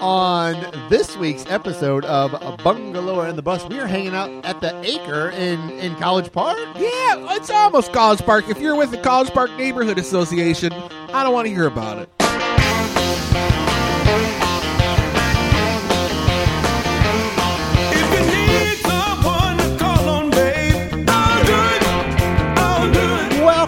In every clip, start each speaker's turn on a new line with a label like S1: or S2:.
S1: on this week's episode of Bungalower and the Bus. We are hanging out at the Acre in, in College Park.
S2: Yeah, it's almost College Park. If you're with the College Park Neighborhood Association, I don't want to hear about it.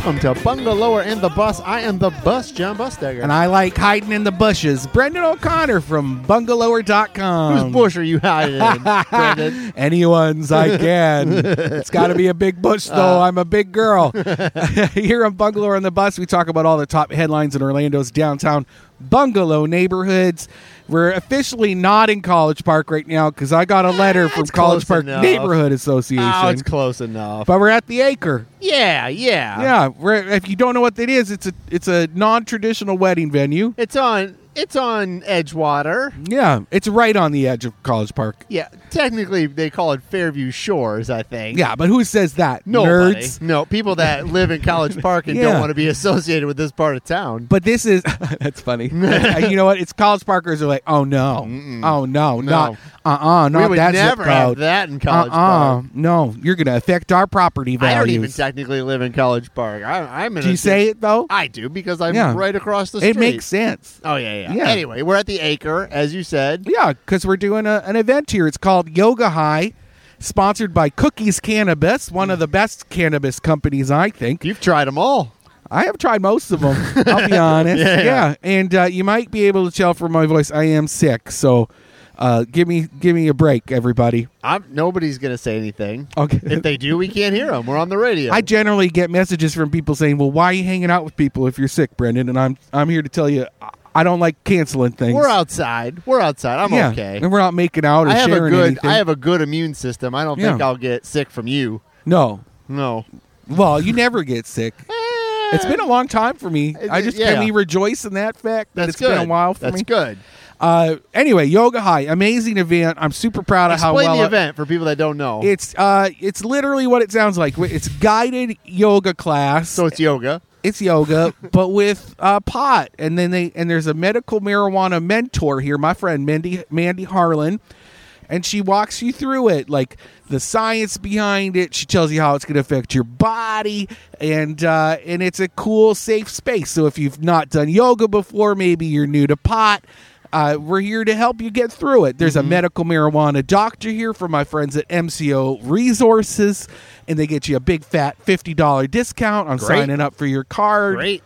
S1: Welcome to Bungalower and the Bus. I am the bus, John Bustegger.
S2: And I like hiding in the bushes. Brendan O'Connor from bungalower.com.
S1: Whose bush are you hiding in, Brendan?
S2: Anyone's I can. it's got to be a big bush, though. I'm a big girl. Here on Bungalow on the Bus, we talk about all the top headlines in Orlando's downtown bungalow neighborhoods. We're officially not in College Park right now because I got a letter from
S1: it's close
S2: College Park
S1: enough.
S2: Neighborhood Association.
S1: Oh, it's close enough.
S2: but we're at the Acre.
S1: yeah, yeah.
S2: Yeah, we're, if you don't know what that is, it's a it's a non traditional wedding venue.
S1: It's on it's on Edgewater.
S2: Yeah, it's right on the edge of College Park.
S1: Yeah, technically they call it Fairview Shores, I think.
S2: Yeah, but who says that?
S1: Nobody.
S2: Nerds.
S1: No, people that live in College Park and don't
S2: Yeah.
S1: want to be associated with this part of town.
S2: But this is that's funny. you know what? It's college parkers are like, oh no, oh no, not uh uh
S1: we
S2: not
S1: would
S2: that
S1: never
S2: zip
S1: have
S2: code.
S1: that in
S2: uh uh
S1: College Park.
S2: no, you're gonna affect our property values.
S1: I don't even technically live in College Park. I, I'm in.
S2: Do
S1: a
S2: you say it though?
S1: I do because I'm
S2: Yeah.
S1: right across the street.
S2: it makes sense.
S1: Oh yeah, yeah,
S2: Yeah.
S1: Anyway, we're at the Acre, as you said.
S2: Yeah, because we're doing a, an event here. It's called Yoga High, sponsored by Cookies Cannabis, one of the best cannabis companies, I think.
S1: You've tried them all.
S2: I have tried most of them. I'll be honest.
S1: Yeah.
S2: yeah. and uh, you might be able to tell from my voice, I am sick. So, uh, give me give me a break, everybody.
S1: I'm, nobody's gonna say anything.
S2: Okay.
S1: If they do, we can't hear them. We're on the radio.
S2: Oh. I generally get messages from people saying, "Well, why are you hanging out with people if you're sick, Brendan?" And I'm I'm here to tell you, I- I don't like canceling things.
S1: we're outside. We're outside. I'm
S2: yeah,
S1: okay.
S2: and we're not making out or
S1: I have
S2: sharing
S1: a good.
S2: anything.
S1: I have a good immune system. I don't think
S2: Yeah.
S1: I'll get sick from you.
S2: no.
S1: No. Eh,
S2: Well, you never get sick. It's been a long time for me. I just
S1: Yeah.
S2: can we rejoice in that fact that
S1: That's
S2: it's
S1: good.
S2: been a while for
S1: That's
S2: me.
S1: good.
S2: Uh, anyway, Yoga High, amazing event. I'm super proud of how
S1: Explain
S2: well
S1: the
S2: I-
S1: event for people that don't know.
S2: It's uh, it's literally what it sounds like. It's guided yoga class.
S1: so it's yoga.
S2: it's yoga, but with uh, pot. And then they and there's a medical marijuana mentor here, my friend Mandy Mandy Harlan, and she walks you through it, like the science behind it. She tells you how it's going to affect your body, and uh, and it's a cool, safe space. So if you've not done yoga before, maybe you're new to pot. Uh, we're here to help you get through it. There's a medical marijuana doctor here from my friends at MCO Resources, and they get you a big fat $50 discount on
S1: Great.
S2: signing up for your card.
S1: Great.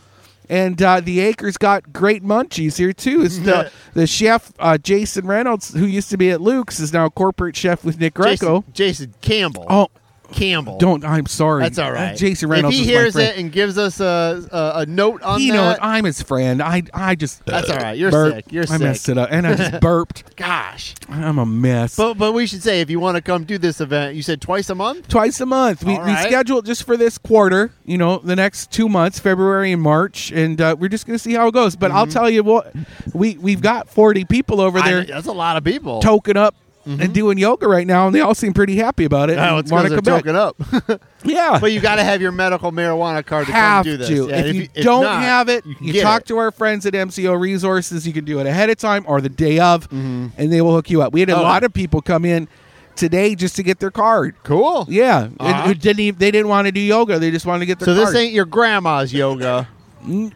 S2: And uh, the Acres got great munchies here too. It's the, the chef uh, Jason Reynolds, who used to be at Luke's, is now a corporate chef with Nick Greco.
S1: Jason, Jason Campbell.
S2: Oh,
S1: Campbell.
S2: don't! I'm sorry. Uh,
S1: That's all right.
S2: Jason Reynolds.
S1: If he
S2: is my
S1: hears
S2: friend.
S1: it and gives us a, a, a note on
S2: he
S1: that,
S2: knows I'm his friend. I I just
S1: That's all right. You're
S2: burped.
S1: sick. You're
S2: I messed
S1: sick.
S2: it up, and I just burped.
S1: Gosh.
S2: I'm a mess.
S1: But but we should say if you want to come do this event, you said twice a month.
S2: twice a month. We,
S1: All right.
S2: we schedule it just for this quarter, you know, the next two months, February and March, and uh, we're just going to see how it goes. But I'll tell you what, we we've got forty people over
S1: Mm-hmm. I-
S2: there
S1: that's a lot of people.
S2: token up and doing yoga right now, and they all seem pretty happy about it.
S1: Mm-hmm. oh,
S2: and
S1: it's
S2: wanna
S1: because they're
S2: come back.
S1: token up.
S2: Yeah,
S1: but you got to have your medical marijuana card to
S2: have
S1: come do this.
S2: to.
S1: Yeah,
S2: if, you don't have it, you, talk to our friends at MCO Resources. You can do it ahead of time or the day of, and they will hook you up. We had a
S1: Mm-hmm. Oh.
S2: lot of people come in today just to get their card.
S1: Cool.
S2: Yeah, and
S1: Uh-huh.
S2: who didn't even, they didn't want to do yoga. They just wanted to get their
S1: So
S2: card. Mm,
S1: this ain't your grandma's yoga,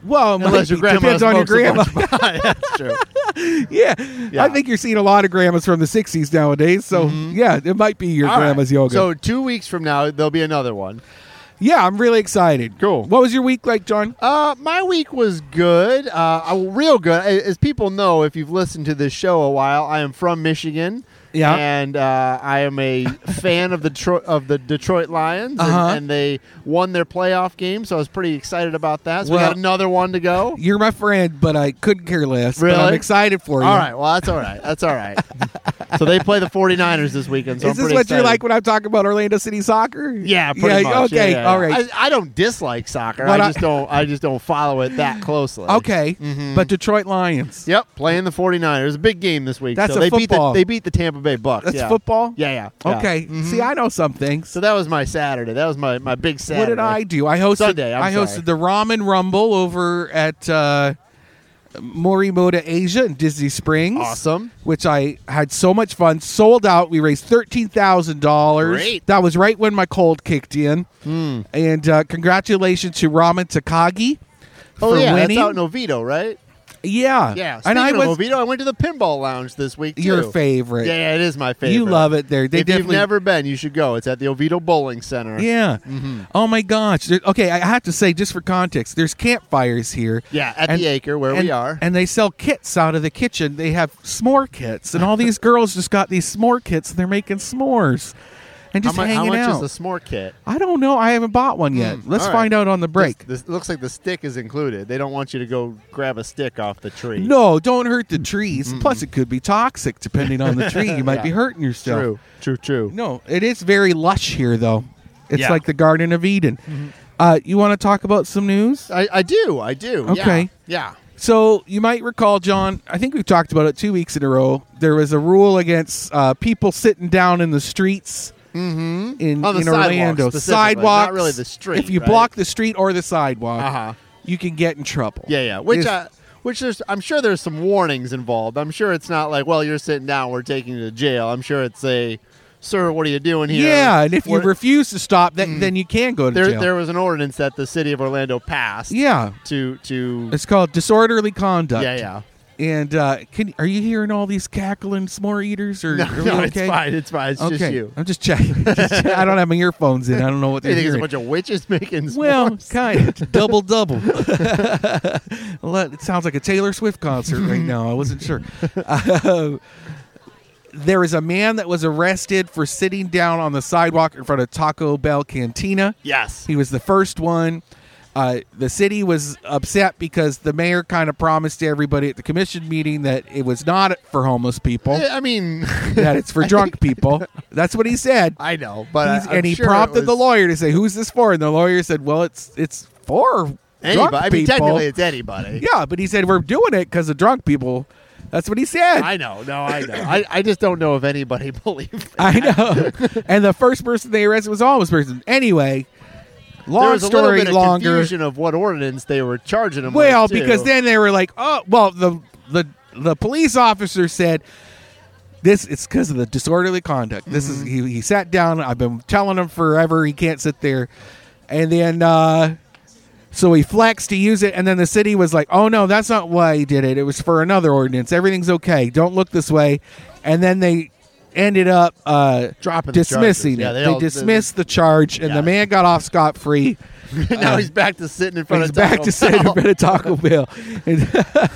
S2: Well, it might
S1: unless your
S2: be.
S1: grandma
S2: depends on your grandma.
S1: smokes a bunch. that's true.
S2: yeah.
S1: Yeah. Mm-hmm.
S2: I think you're seeing a lot of grandmas from the '60s nowadays. So yeah, it might be your
S1: All right.
S2: grandma's yoga.
S1: So two weeks from now, there'll be another one.
S2: yeah, I'm really excited.
S1: Cool.
S2: What was your week like, John?
S1: Uh, my week was good, uh, uh, real good. A- As people know, if you've listened to this show a while, I am from Michigan.
S2: Yeah.
S1: and uh, I am a fan of the Tro- of the Detroit Lions, and,
S2: Uh-huh.
S1: and they won their playoff game, so I was pretty excited about that. So we
S2: Well-
S1: got another one to go.
S2: You're my friend, but I couldn't care less. But I'm
S1: Really?
S2: excited for you.
S1: All right, well that's all right. That's all right. so they play the 49ers this weekend. So
S2: Is
S1: I'm
S2: this
S1: pretty
S2: what
S1: excited.
S2: you're like when I'm talking about Orlando City soccer?
S1: Yeah, pretty much.
S2: Okay,
S1: Yeah, yeah, yeah.
S2: all right.
S1: I, I don't dislike soccer.
S2: What
S1: I
S2: I-
S1: just don't. I just don't follow it that closely.
S2: okay,
S1: Mm-hmm.
S2: but Detroit Lions.
S1: Yep, playing the 49ers. A big game this week.
S2: That's
S1: so
S2: a
S1: they beat
S2: football.
S1: the they beat the Tampa Bay Bucks.
S2: That's
S1: yeah.
S2: football.
S1: Yeah, yeah. yeah. Mm-hmm.
S2: Okay. See, I know some things.
S1: So that was my Saturday. That was my, my big Saturday.
S2: What did I do? I hosted.
S1: Sunday, I'm
S2: I hosted
S1: sorry.
S2: the Ramen Rumble over at uh, Morimoto Asia in Disney Springs.
S1: Awesome.
S2: Which I had so much fun. Sold out. We raised thirteen thousand dollars.
S1: Great. Hmm.
S2: That was right when my cold kicked in. And uh, congratulations to Ramen Takagi
S1: Oh
S2: for
S1: yeah,
S2: winning.
S1: that's out in Oviedo, right?
S2: yeah,
S1: Yeah. Speaking
S2: And I
S1: of
S2: was
S1: Oviedo, I went to the pinball lounge this week. Too.
S2: your favorite.
S1: Yeah, it is my favorite.
S2: You love it there. They
S1: if
S2: definitely
S1: you've never been, you should go. It's at the Oviedo Bowling Center.
S2: Yeah.
S1: Mm-hmm.
S2: Oh my gosh. There- okay, I have to say, just for context, there's campfires here.
S1: Yeah, at
S2: And-
S1: the acre where
S2: and,
S1: we are.
S2: And they sell kits out of the kitchen. They have s'more kits, and all these girls just got these s'more kits, and they're making s'mores and
S1: how,
S2: just
S1: mu- how
S2: hanging
S1: much is
S2: out.
S1: the s'more kit?
S2: I don't know. I haven't bought one yet. Let's
S1: Hmm. all right.
S2: find out on the break.
S1: This, this looks like the stick is included. They don't want you to go grab a stick off the tree.
S2: No, don't hurt the trees. Plus, it could be toxic depending on the tree. You might
S1: Mm-hmm. Yeah.
S2: be hurting yourself.
S1: True. True. True.
S2: No, it is very lush here, though. It's
S1: Yeah. Mm-hmm.
S2: like the Garden of Eden. Uh, you want to talk about some news?
S1: I, I do. I do. yeah,
S2: Okay.
S1: Yeah.
S2: So you might recall, John. I think we've talked about it two weeks in a row. There was a rule against uh, people sitting down in the streets in,
S1: Mm-hmm. On the
S2: in
S1: sidewalks
S2: Orlando.
S1: specifically, not
S2: Sidewalks,
S1: really the street,
S2: If you
S1: right?
S2: block the street or the sidewalk,
S1: Uh-huh.
S2: you can get in trouble.
S1: Yeah. Yeah. Which
S2: It's-
S1: I, which there's I'm sure there's some warnings involved. I'm sure it's not like well you're sitting down we're taking you to jail. I'm sure it's a sir what are you doing here?
S2: yeah, and if you
S1: What-
S2: refuse to stop, then, then you can go to
S1: there
S2: jail.
S1: there was an ordinance that the city of Orlando passed.
S2: yeah,
S1: To to
S2: it's called disorderly conduct.
S1: yeah yeah.
S2: And uh, can are you hearing all these cackling s'more eaters? Or
S1: No,
S2: are we
S1: no,
S2: okay?
S1: it's fine. It's fine. It's
S2: okay,
S1: just you.
S2: I'm just checking. Just- I don't have my earphones in. I don't know what
S1: You
S2: they're
S1: think it's a
S2: hearing.
S1: bunch of witches making
S2: Well,
S1: s'mores?
S2: kind of double double. Let- it sounds like a Taylor Swift concert right now. I wasn't sure. Uh, there is a man that was arrested for sitting down on the sidewalk in front of Taco Bell Cantina.
S1: yes.
S2: He was the first one. Uh, the city was upset because the mayor kind of promised everybody at the commission meeting that it was not for homeless people,
S1: I mean,
S2: that it's for drunk people. That's what he said.
S1: I know, but
S2: He's-
S1: I, I'm
S2: and he
S1: sure it
S2: prompted the
S1: was
S2: lawyer to say, "Who's this for?" And the lawyer said, "Well, it's it's for drunk
S1: Anybody. I mean,
S2: people."
S1: technically, it's anybody.
S2: yeah, but he said we're doing it because of drunk people. That's what he said.
S1: I know. No, I know. I, I just don't know if anybody believed. That.
S2: I know. and the first person they arrested was a homeless person. Anyway, long
S1: There was a little
S2: story
S1: bit of
S2: longer.
S1: confusion of what ordinance they were charging them.
S2: Well,
S1: with, too.
S2: because then they were like, "Oh, well, the the the police officer said this. It's because of the disorderly conduct. This is
S1: Mm-hmm.
S2: he, he sat down. I've been telling him forever he can't sit there, and then uh, so he flexed to use it, and then the city was like, "Oh no, that's not why he did it. It was for another ordinance. Everything's okay. Don't look this way," and then they. Ended up uh,
S1: Dropping the charges.
S2: dismissing
S1: Yeah,
S2: it.
S1: they
S2: they,
S1: all-
S2: dismissed the charge, and
S1: Yeah.
S2: the man got off scot free
S1: now he's back to sitting in front
S2: uh, he's
S1: of
S2: back
S1: Taco
S2: to sitting in
S1: Bell.
S2: front of Taco Bell.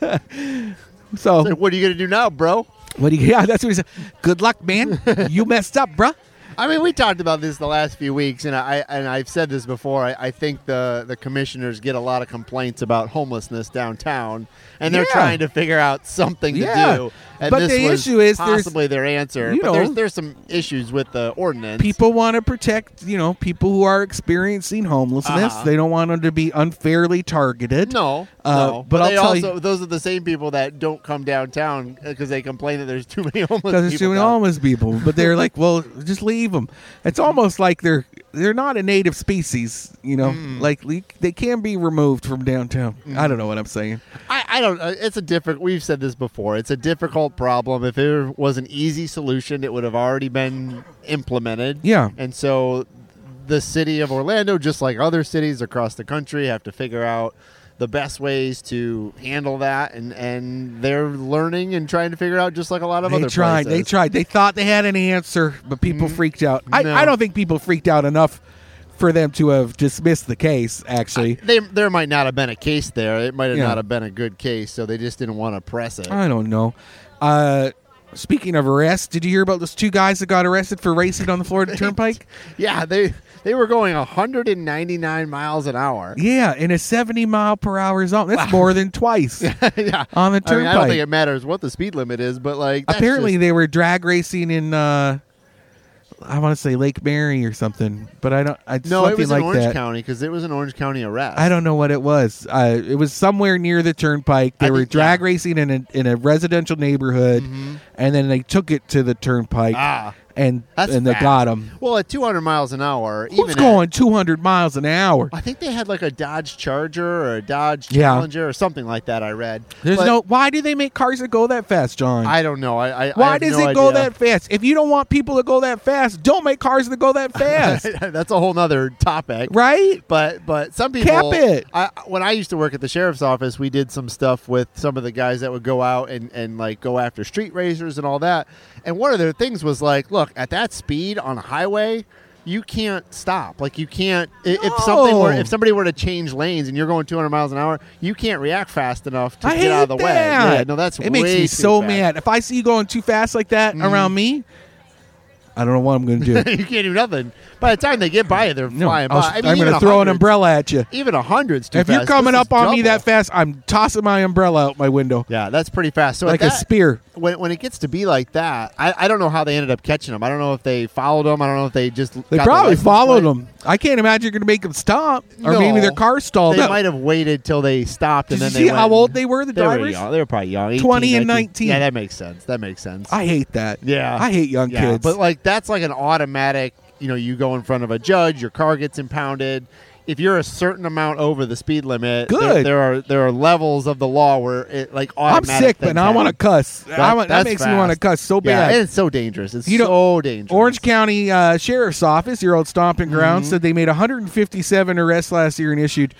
S2: And- so
S1: Like, what are you gonna do now, bro?
S2: what do you? Yeah, that's what he said. Good luck, man. You messed up, bruh.
S1: I mean, we talked about this the last few weeks, and I and I've said this before. I, I think the the commissioners get a lot of complaints about homelessness downtown, and they're
S2: Yeah.
S1: trying to figure out something
S2: Yeah.
S1: to do. And
S2: But
S1: this
S2: the
S1: was
S2: issue is there's-
S1: possibly their answer.
S2: you
S1: But there's
S2: know-
S1: there's some issues with the ordinance.
S2: People want to protect, you know, people who are experiencing homelessness.
S1: Uh-huh.
S2: They don't want them to be unfairly targeted.
S1: No,
S2: Uh,
S1: no.
S2: but I'll
S1: they
S2: tell you-
S1: also, those are the same people that don't come downtown because they complain that there's too many homeless people.
S2: Because it's doing
S1: down-
S2: homeless people, but they're like, well, just leave them. It's almost like they're they're not a native species, you know.
S1: Mm.
S2: Like le- they can be removed from downtown. I don't know what I'm saying.
S1: I, I don't. uh, It's a difficult. We've said this before. It's a difficult problem. If it was an easy solution, it would have already been implemented.
S2: Yeah.
S1: And so, the city of Orlando, just like other cities across the country, have to figure out the best ways to handle that, and and they're learning and trying to figure out, just like a lot of
S2: They
S1: other
S2: tried.
S1: places. Mm-hmm.
S2: They tried. They thought they had an answer, but people freaked out. I,
S1: No.
S2: I don't think people freaked out enough for them to have dismissed the case. Actually,
S1: They, there might not have been a case there. It might have
S2: Yeah.
S1: not have been a good case, so they just didn't want to press it.
S2: I don't know. Uh, speaking of arrests, did you hear about those two guys that got arrested for racing on the Florida Turnpike?
S1: yeah, they they were going 199 miles an hour.
S2: Yeah, in a seventy mile per hour zone. That's more than twice.
S1: yeah,
S2: On the
S1: I, mean, I don't
S2: turnpike.
S1: think it matters what the speed limit is, but like that's
S2: Apparently,
S1: just-
S2: they were drag racing in. Uh, I want to say Lake Mary or something, but I don't. I
S1: no,
S2: something
S1: it was
S2: like
S1: in Orange
S2: that.
S1: County because it was an Orange County arrest.
S2: I don't know what it was. Uh, it was somewhere near the turnpike. They
S1: I
S2: were
S1: think-
S2: drag
S1: yeah. Mm-hmm.
S2: racing in a, in a residential neighborhood, and then they took it to the turnpike.
S1: Ah.
S2: and
S1: That's
S2: and they
S1: fast.
S2: got him.
S1: Well, at 200 miles an hour, even
S2: Who's
S1: at-
S2: going 200 miles an hour?
S1: I think they had like a Dodge Charger or a Dodge
S2: Yeah.
S1: Challenger or something like that. I read.
S2: There's
S1: But
S2: no. Why do they make cars that go that fast, John?
S1: I don't know. I. I I
S2: why
S1: have
S2: does
S1: no
S2: it go
S1: idea.
S2: that fast? If you don't want people to go that fast, don't make cars that go that fast,
S1: That's a whole nother topic.
S2: right?
S1: But but some people
S2: Cap it.
S1: I, when I used to work at the sheriff's office, we did some stuff with some of the guys that would go out and, and like go after street racers and all that. And one of their things was like, look, at that speed on a highway, you can't stop. Like you can't i- if something were
S2: No.
S1: if somebody were to change lanes and you're going 200 miles an hour, you can't react fast enough to
S2: I hate
S1: get out of the way.
S2: that.
S1: Yeah, no, that's
S2: it makes
S1: way
S2: me
S1: too
S2: so
S1: fast. Mm-hmm.
S2: mad. If I see you going too fast like that around me, I don't know what I'm going to do.
S1: you can't do nothing. By the time they get by you, they're
S2: No,
S1: flying
S2: I'll,
S1: by. I mean,
S2: am going
S1: even
S2: to
S1: a
S2: throw an
S1: hundred's-
S2: umbrella at you.
S1: Even a hundred's too
S2: If
S1: fast.
S2: you're coming
S1: This
S2: up
S1: is
S2: on
S1: double.
S2: me that fast, I'm tossing my umbrella out my window
S1: Yeah, that's pretty fast. So at
S2: like a
S1: that,
S2: spear.
S1: when, when it gets to be like that, I, I don't know how they ended up catching them. I don't know if they followed them. I don't know if they just
S2: They
S1: got the
S2: probably
S1: license
S2: followed
S1: plate.
S2: them. I can't imagine you're going to make them stop, or
S1: No.
S2: maybe their car stalled.
S1: They
S2: out.
S1: might have waited till they stopped
S2: Did
S1: and
S2: you
S1: then
S2: see
S1: they went.
S2: how old they were, the
S1: they were
S2: drivers?
S1: young. They were probably young, 18,
S2: 20 and 19.
S1: Yeah, that makes sense. That makes sense.
S2: I hate that.
S1: Yeah.
S2: I hate young
S1: yeah,
S2: kids.
S1: but like that's like an automatic. You know, you go in front of a judge, your car gets impounded. If you're a certain amount over the speed limit, there- There,
S2: Good.
S1: are there are levels of the law where it like
S2: I'm
S1: automatic.
S2: sick, but
S1: things
S2: now I want to
S1: happen.
S2: cuss. I
S1: That-
S2: want, that
S1: that's
S2: makes me want to
S1: fast.
S2: cuss so
S1: Yeah,
S2: bad.
S1: and it's so dangerous. It's
S2: You know,
S1: so dangerous.
S2: Orange County uh, Sheriff's Office, your old stomping
S1: Mm-hmm.
S2: ground, said they made 157 arrests last year and issued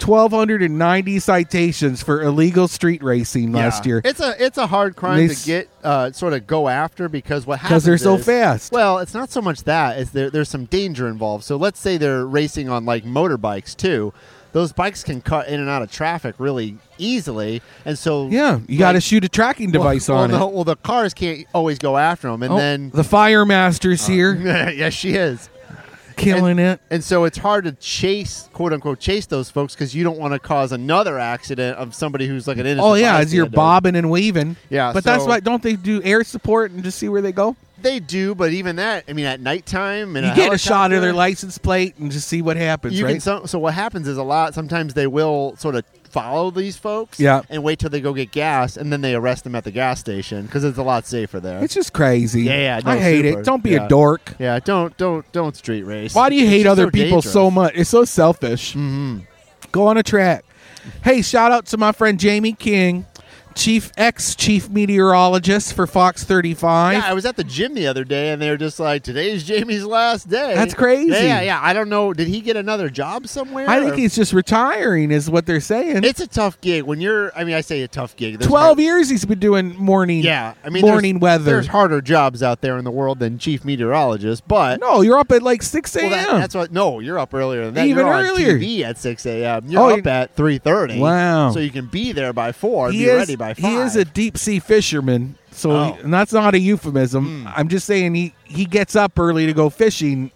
S2: 1,290 citations for illegal street racing last
S1: Yeah.
S2: year.
S1: It's a it's a hard
S2: They
S1: crime to
S2: s-
S1: get uh, sort of go after because what happens
S2: Because they're so
S1: is-
S2: fast.
S1: Well, it's not so much that is there, there's some danger involved. So let's say they're racing on like motorbikes too. Those bikes can cut in and out of traffic really easily, and so
S2: yeah, you
S1: like-
S2: got to shoot a tracking device
S1: well,
S2: on
S1: well,
S2: it.
S1: no, well, the cars can't always go after them, and
S2: Oh,
S1: then Uh,
S2: the fire master's here
S1: yes, she is.
S2: killing it.
S1: And so it's hard to chase, quote unquote, chase those folks because you don't want to cause another accident of somebody who's like an innocent.
S2: Oh yeah, as you're
S1: bystander.
S2: bobbing and weaving.
S1: Yeah,
S2: but that's
S1: so-
S2: why don't they do air support and just see where they go?
S1: They do, but even that, I mean, at nighttime, and
S2: You get a shot of their license plate and just see what happens,
S1: You
S2: right?
S1: can so, so what happens is a lot. Sometimes they will sort of follow these folks,
S2: Yeah.
S1: and wait till they go get gas, and then they arrest them at the gas station because it's a lot safer there.
S2: it's just crazy.
S1: Yeah, yeah, no,
S2: I hate
S1: super.
S2: it. Don't be
S1: Yeah.
S2: a dork.
S1: yeah, don't don't don't street race.
S2: Why do you
S1: It's
S2: hate
S1: just
S2: other
S1: so
S2: people
S1: dangerous.
S2: so much? It's so selfish. Mm-hmm. Go on a track. Hey, shout out to my friend Jamie King, chief ex chief meteorologist for Fox 35.
S1: Yeah, I was at the gym the other day, and they were just like, "Today's Jamie's last day."
S2: That's crazy.
S1: Yeah, yeah, yeah. I don't know. Did he get another job somewhere?
S2: I think
S1: or-
S2: he's just retiring, is what they're saying.
S1: It's a tough gig when you're. I mean, I say a tough gig. There's
S2: 12 years he's been doing morning.
S1: Yeah, I mean,
S2: morning
S1: there's,
S2: weather.
S1: There's harder jobs out there in the world than chief meteorologist, but
S2: No, you're up at like 6 a.m.
S1: well, that- that's what. No, you're up earlier than that.
S2: Even
S1: you're
S2: earlier.
S1: on TV at six a.m. You're
S2: Oh,
S1: up
S2: you-
S1: at three thirty.
S2: Wow.
S1: So you can be there by four.
S2: he
S1: be
S2: is,
S1: ready by five.
S2: He is a deep sea fisherman, so
S1: Oh. Hmm.
S2: and that's not a euphemism. I'm just saying he, he gets up early to go fishing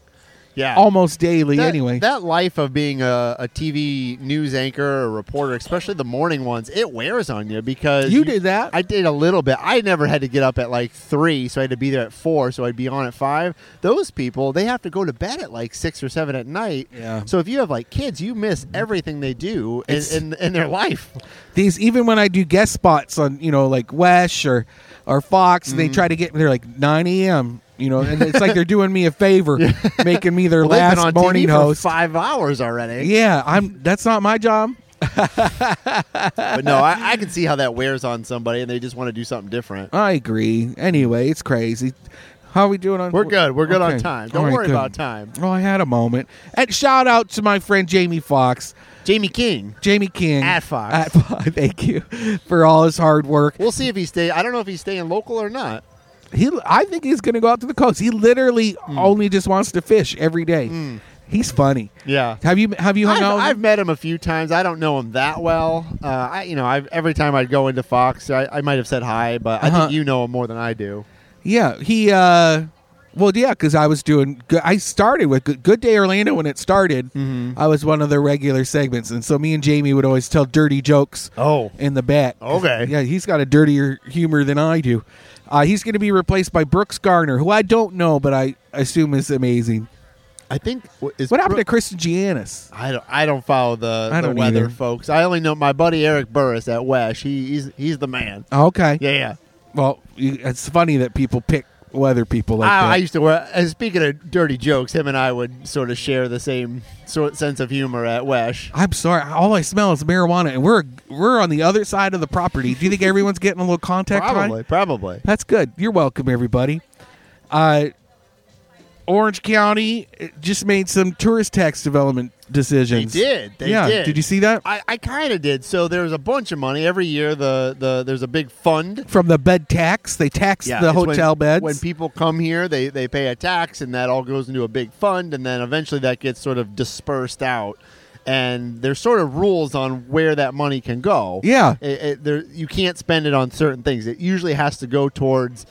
S1: yeah.
S2: almost daily
S1: that,
S2: anyway.
S1: that life of being a, a TV news anchor or reporter, especially the morning ones, it wears on you because
S2: You did that.
S1: I did a little bit. I never had to get up at like three, so I had to be there at four, so I'd be on at five. Those people, they have to go to bed at like six or seven at night.
S2: Yeah.
S1: So if you have like kids, you miss everything they do in,
S2: It's-
S1: in, in their life.
S2: these even when I do guest spots on you know like Wesh or or Fox, they
S1: Mm-hmm.
S2: try to get they're like 9 a.m. You know, and it's like they're doing me a favor, making me their
S1: Well, they've
S2: last
S1: been on
S2: morning
S1: TV
S2: host.
S1: for five hours already.
S2: Yeah, I'm. That's not my job.
S1: But no, I, I can see how that wears on somebody, and they just want to do something different.
S2: I agree. Anyway, it's crazy. How are we doing on?
S1: We're good. We're good on
S2: Uh, Okay.
S1: time.
S2: All
S1: Don't
S2: right,
S1: worry
S2: good.
S1: about time.
S2: Oh, I had a moment. And shout out to my friend Jamie Fox,
S1: Jamie King.
S2: Jamie King
S1: At Fox.
S2: At Fox. Thank you for all his hard work.
S1: We'll see if he stay. I don't know if he's staying local or not.
S2: He, I think he's going to go out to the coast. He literally
S1: Hmm.
S2: only just wants to fish every day. He's funny.
S1: Yeah.
S2: Have you have you hung
S1: Hmm. I've,
S2: out? with
S1: I've
S2: him?
S1: met him a few times. I don't know him that well. Uh, I, you know, I've, every time I'd go into Fox, I, I might have said hi, but I
S2: Uh-huh.
S1: think you know him more than I do.
S2: yeah, he. uh Well, yeah, because I was doing. Good, I started with Good, Good Day Orlando when it started.
S1: Mm-hmm.
S2: I was one of their regular segments, and so me and Jamie would always tell dirty jokes.
S1: Oh,
S2: in the back.
S1: Okay.
S2: Yeah, he's got a dirtier humor than I do. Uh, he's going to be replaced by Brooks Garner, who I don't know, but I assume is amazing.
S1: I think w- is
S2: What happened to
S1: Brooke-
S2: Kristen Giannis?
S1: I don't. I don't follow the,
S2: I
S1: the
S2: don't
S1: weather
S2: either.
S1: folks. I only know my buddy Eric Burris at Wesh. He, he's he's the man.
S2: Okay.
S1: Yeah, yeah.
S2: Well, you, it's funny that people pick weather people like
S1: I, I
S2: that.
S1: used to wear. And speaking of dirty jokes, him and I would sort of share the same sort sense of humor at Wesh.
S2: I'm sorry. All I smell is marijuana, and we're we're on the other side of the property. Do you think everyone's getting a little contact? high?
S1: Probably, probably.
S2: That's good. You're welcome, everybody. Uh, Orange County eh, just made some tourist tax development
S1: They
S2: decisions.
S1: did. They
S2: yeah.
S1: did.
S2: you see that
S1: I, I kind of did. So there's a bunch of money every year. The the there's a big fund.
S2: from the bed tax? They tax the
S1: it's when-
S2: hotel beds.
S1: When people come here, they they pay a tax, and that all goes into a big fund, and then eventually that gets sort of dispersed out. And there's sort of rules on where that money can go.
S2: Yeah.
S1: It- it- there, you can't spend it on certain things. It usually has to go towards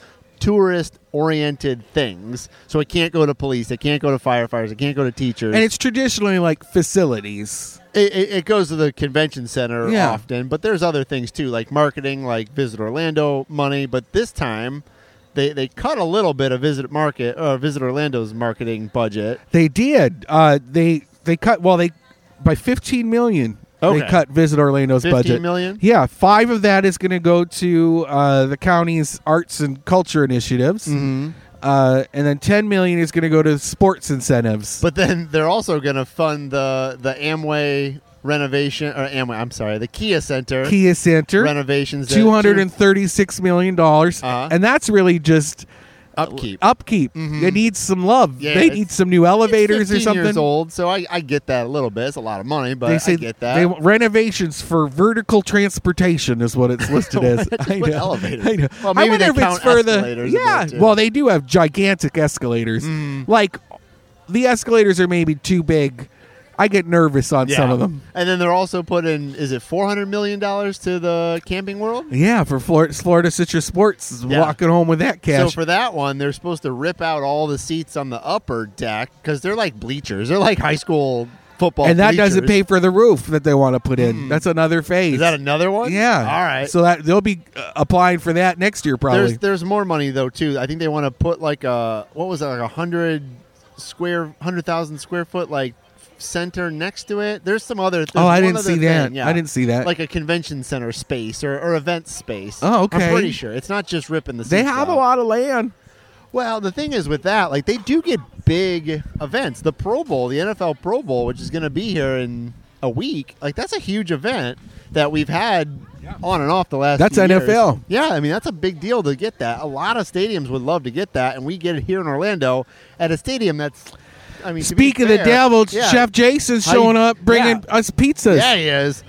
S1: tourist-oriented things. So it can't go to police. It can't go to firefighters. It can't go to teachers.
S2: and it's traditionally like facilities.
S1: It, it, it goes to the convention center
S2: Yeah.
S1: often, but there's other things too, like marketing, like Visit Orlando money. But this time, they, they cut a little bit of Visit Market or Visit Orlando's marketing budget.
S2: They did. Uh, they they cut well they by 15 million. They
S1: Okay.
S2: cut Visit Orlando's
S1: 15
S2: budget.
S1: million?
S2: Yeah, five of that is going to go to uh, the county's arts and culture initiatives,
S1: Mm-hmm.
S2: uh, and then 10 million is going to go to sports incentives.
S1: But then they're also going to fund the the Amway renovation or Amway. I'm sorry, the Kia Center
S2: Kia Center,
S1: renovations. there, too.
S2: two hundred and thirty-six million dollars,
S1: Uh-huh.
S2: and that's really just
S1: upkeep. Mm-hmm.
S2: upkeep. It needs some love.
S1: Yeah,
S2: they
S1: it's-
S2: need some new
S1: It's
S2: elevators or
S1: 15
S2: something.
S1: Years old, so I, I get that a little bit. It's a lot of money, but
S2: they say
S1: I get that.
S2: they want renovations for vertical transportation is what it's listed as.
S1: Just
S2: I
S1: put
S2: know.
S1: elevators.
S2: I know.
S1: Well,
S2: I
S1: maybe
S2: wonder
S1: they
S2: if it's
S1: count
S2: for the
S1: escalators in
S2: yeah.
S1: there, too. Mm.
S2: Well, they do have gigantic escalators. Like the escalators are maybe too big. I get nervous on some of them.
S1: And then they're also putting is it four hundred million dollars to the camping world?
S2: Yeah, for Florida, Florida Citrus Sports is
S1: Yeah.
S2: walking home with that
S1: So
S2: cash.
S1: for that one, they're supposed to rip out all the seats on the upper deck because they're like bleachers. They're like high school football,
S2: and that doesn't
S1: bleachers. Mm.
S2: pay for the roof that they want to put in. That's another phase.
S1: Is that another one?
S2: yeah.
S1: All right.
S2: So that they'll be uh, applying for that next year probably.
S1: there's there's more money though too. I think they want to put like a what was that like a hundred square hundred thousand square foot like center next to it. There's some other. There's
S2: oh, I
S1: one
S2: didn't
S1: other
S2: see
S1: thing,
S2: that.
S1: yeah.
S2: I didn't see that.
S1: Like a convention center space or, or event space.
S2: Oh, okay.
S1: I'm pretty sure it's not just ripping the.
S2: they
S1: seats
S2: have a
S1: out.
S2: lot of land.
S1: Well, the thing is with that, like they do get big events. The Pro Bowl, the NFL Pro Bowl, which is going to be here in a week, like that's a huge event that we've had on and off the last.
S2: That's
S1: few years.
S2: NFL.
S1: Yeah, I mean that's a big deal to get that. A lot of stadiums would love to get that, and we get it here in Orlando at a stadium that's. I mean, to be
S2: Speak of the
S1: fair-
S2: devil,
S1: yeah.
S2: Chef Jason's
S1: How you-
S2: showing up, bringing
S1: yeah.
S2: us pizzas.
S1: Yeah, he is.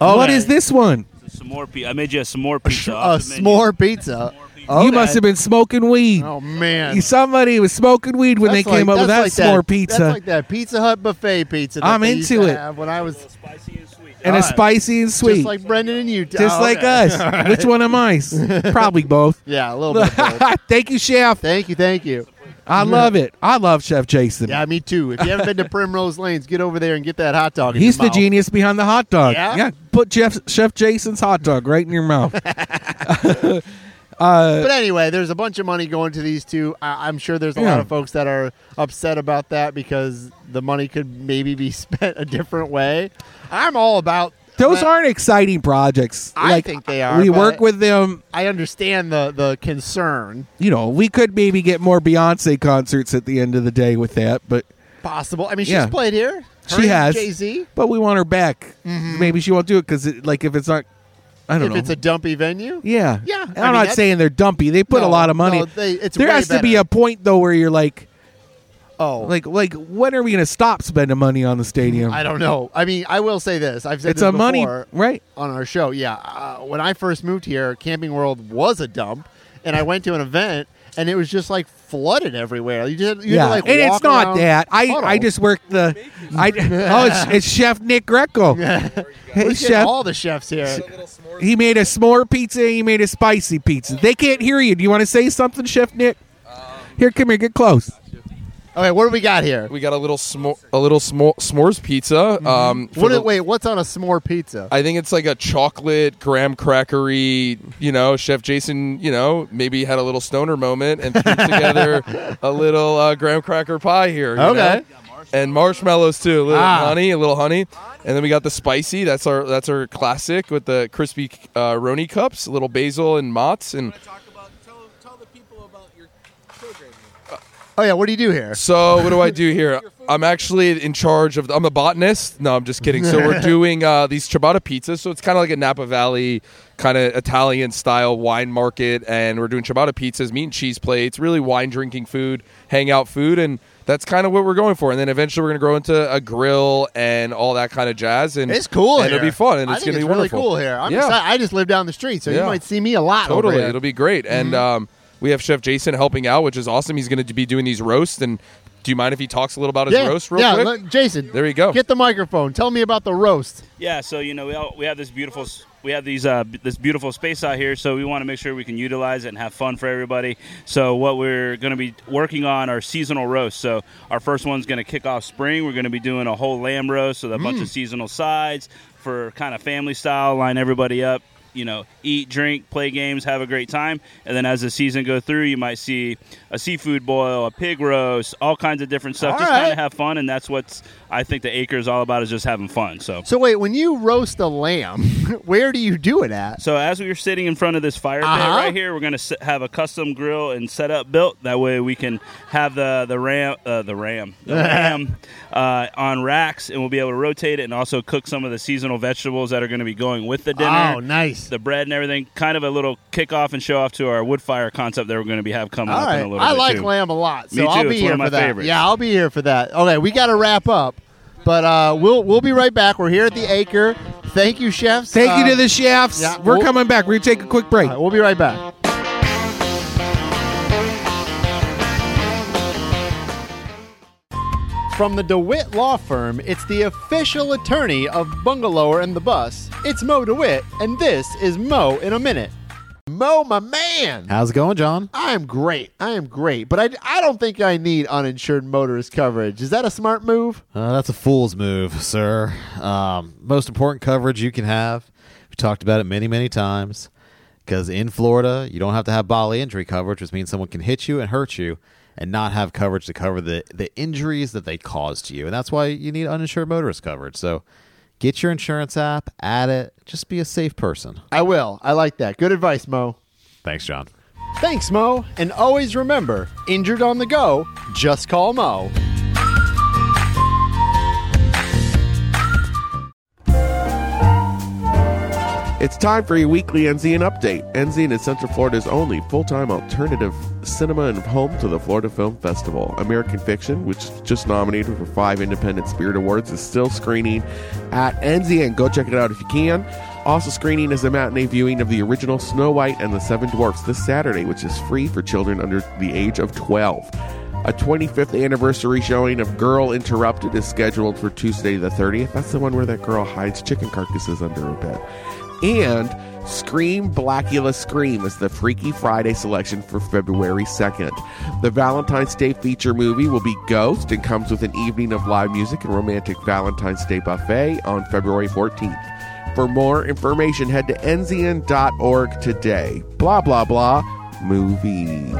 S2: Oh, what
S1: Okay.
S2: is this one?
S3: Some more pizza. I made you a s'more pizza.
S1: A
S3: off the menu.
S1: s'more pizza.
S2: You must have been smoking weed.
S1: Oh man.
S2: Somebody was smoking weed when
S1: That's
S2: they came
S1: like-
S2: up with that
S1: that's like
S2: s'more pizza
S1: That's like that Pizza Hut buffet pizza. that
S2: I'm
S1: they used
S2: into
S1: to
S2: it.
S1: have When I was
S3: Spicy and sweet.
S2: and a
S1: alright.
S2: spicy and sweet,
S1: Just like Brendan and you.
S2: Just
S1: Oh,
S2: like
S1: okay.
S2: us. Which one am I? Probably both.
S1: Yeah, a little bit. of both.
S2: Thank you, Chef.
S1: Thank you, thank you.
S2: I love it. I love Chef Jason.
S1: Yeah, me too. If you haven't been to Primrose Lanes, get over there and get that hot dog. in
S2: He's
S1: your
S2: the
S1: mouth.
S2: genius behind the hot dog.
S1: Yeah?
S2: put Jeff, Chef Jason's hot dog right in your mouth.
S1: But anyway, there's a bunch of money going to these two. I- I'm sure there's a
S2: Yeah.
S1: lot of folks that are upset about that because the money could maybe be spent a different way. I'm all about
S2: Those
S1: I-
S2: aren't exciting projects.
S1: I think they are,
S2: We
S1: but-
S2: work with them.
S1: I understand the the concern
S2: You know, we could maybe get more Beyonce concerts at the end of the day with that, but
S1: possible. I mean, she's
S2: Yeah.
S1: played here.
S2: She has.
S1: Jay Z.
S2: but we want her back. Maybe she won't do it because, it, like, if it's not, I
S1: Mm-hmm.
S2: don't
S1: If
S2: know.
S1: it's a dumpy venue,
S2: yeah,
S1: Yeah,
S2: And
S1: I
S2: I'm
S1: mean,
S2: not
S1: that's-
S2: saying they're dumpy. They put a
S1: No,
S2: lot of money.
S1: no, they- it's
S2: there
S1: way
S2: has to be
S1: better.
S2: a point though where you're like,
S1: oh,
S2: like, like, when are we going to stop spending money on the stadium?
S1: I don't know. I mean, I will say this. I've said
S2: it's
S1: this
S2: a money
S1: before.
S2: right.
S1: on our show. Yeah, uh, when I first moved here, Camping World was a dump, and I went to an event, and it was just like flooded everywhere. You just you had
S2: yeah,
S1: to, like
S2: and it's
S1: walk
S2: not
S1: around-
S2: that. I
S1: Hold
S2: I
S1: on.
S2: just worked the. I oh, it's, it's Chef Nick Greco. hey,
S1: we get
S2: Chef,
S1: all the chefs here.
S2: he made a s'more pizza. and He made a spicy pizza. They can't hear you. Do you want to say something, Chef Nick?
S1: Um,
S2: Here, come here, get close.
S1: Okay, what do we got here?
S4: We got a little smo- a little smo- s'mores pizza. Um,
S1: Mm-hmm.
S4: for
S1: What?
S4: the-
S1: Is, wait, what's on a s'more pizza?
S4: I think it's like a chocolate graham crackery. You know, Chef Jason. You know, maybe had a little stoner moment and threw together a little uh, graham cracker pie here. you
S1: Okay.
S4: know? and marshmallows too. A little
S1: Ah.
S4: honey, a little honey, and then we got the spicy. That's our that's our classic with the crispy uh, roni cups, a little basil and mozz, and
S2: Tell, the people about your
S5: programming.
S1: Oh yeah, what do you do here?
S4: So what do I do here? I'm actually in charge of. The, I'm a botanist. No, I'm just kidding. So we're doing uh, these ciabatta pizzas. So it's kind of like a Napa Valley kind of Italian style wine market, and we're doing ciabatta pizzas, meat and cheese plates, really wine drinking food, hangout food, and that's kind of what we're going for. And then eventually we're gonna grow into a grill and all that kind of jazz. And
S1: It's cool.
S4: and it'll
S1: here.
S4: be fun. And
S1: I
S4: it's
S1: think
S4: gonna be
S1: really
S4: wonderful.
S1: cool here. I'm
S4: Yeah.
S1: excited. I just live down the street, so you
S4: Yeah.
S1: might see me a lot. over
S4: Totally,
S1: here.
S4: it'll be great. And
S5: Mm-hmm.
S4: um, we have Chef Jason helping out, which is awesome. He's going to be doing these roasts. And do you mind if he talks a little about his
S1: yeah,
S4: roast real
S1: yeah.
S4: quick?
S1: let- Jason,
S4: There you go.
S1: Get the microphone. Tell me about the roast.
S3: Yeah, so you know we all, we have this beautiful s- we have these uh, b- this beautiful space out here, so we want to make sure we can utilize it and have fun for everybody. So what we're going to be working on are seasonal roasts. So our first one's going to kick off spring. We're going to be doing a whole lamb roast with a bunch of seasonal sides for kind of family style, line everybody up. You know, eat, drink, play games, have a great time, and then as the season go through, you might see a seafood boil, a pig roast, all kinds of different stuff.
S1: All
S3: just kind
S1: right.
S3: of have fun, and that's what's I think the acre is all about is just having fun. So
S1: So wait, when you roast a lamb, where do you do it at?
S3: so as we are sitting in front of this fire pit
S1: Uh-huh.
S3: right here, we're going to have a custom grill and setup built. That way we can have the the ram uh, the ram the ram uh, on racks, and we'll be able to rotate it and also cook some of the seasonal vegetables that are going to be going with the dinner.
S1: Oh, nice.
S3: The bread and everything, kind of a little kickoff and show off to our wood fire concept that we're going to be have coming
S1: All
S3: up
S1: right,
S3: in a little
S1: I
S3: bit.
S1: like
S3: too.
S1: lamb a lot, so
S3: Me
S1: I'll
S3: too.
S1: be
S3: It's
S1: here
S3: one of
S1: for
S3: my
S1: that.
S3: favorites.
S1: Yeah, I'll be here for that. Okay, we got to wrap up, but uh, we'll we'll be right back. We're here at the Acre. Thank you, chefs.
S5: Thank you
S1: Uh,
S5: to the chefs.
S1: yeah,
S5: We're
S1: we'll-
S5: coming back. We're going to take a quick break.
S1: all right, we'll be right back. From the DeWitt Law Firm, it's the official attorney of Bungalower and the Bus. It's Mo DeWitt, and this is Mo in a Minute. Mo, my man!
S6: How's it going, John?
S1: I am great. I am great. But I, I don't think I need uninsured motorist coverage. Is that a smart move?
S6: Uh, that's a fool's move, sir. Um, most important coverage you can have. We talked about it many, many times. Because in Florida, you don't have to have bodily injury coverage, which means someone can hit you and hurt you and not have coverage to cover the, the injuries that they caused you. And that's why you need uninsured motorist coverage. So get your insurance app, add it, just be a safe person.
S1: I will. I like that. Good advice, Mo.
S6: Thanks, John.
S1: Thanks, Mo. And always remember injured on the go, just call Mo.
S2: It's time for your weekly Enzian update. Enzian is Central Florida's only full time alternative cinema and home to the Florida Film Festival. American Fiction, which is just nominated for five Independent Spirit Awards, is still screening at Enzian. Go check it out if you can. Also screening is a matinee viewing of the original Snow White and the Seven Dwarfs this Saturday, which is free for children under the age of 12. A 25th anniversary showing of Girl Interrupted is scheduled for Tuesday the 30th. That's the one where that girl hides chicken carcasses under her bed. And Scream Blackula Scream is the Freaky Friday selection for February 2nd. The Valentine's Day feature movie will be Ghost and comes with an evening of live music and romantic Valentine's Day buffet on February 14th. For more information, head to enzian.org today. Blah, blah, blah. Movies.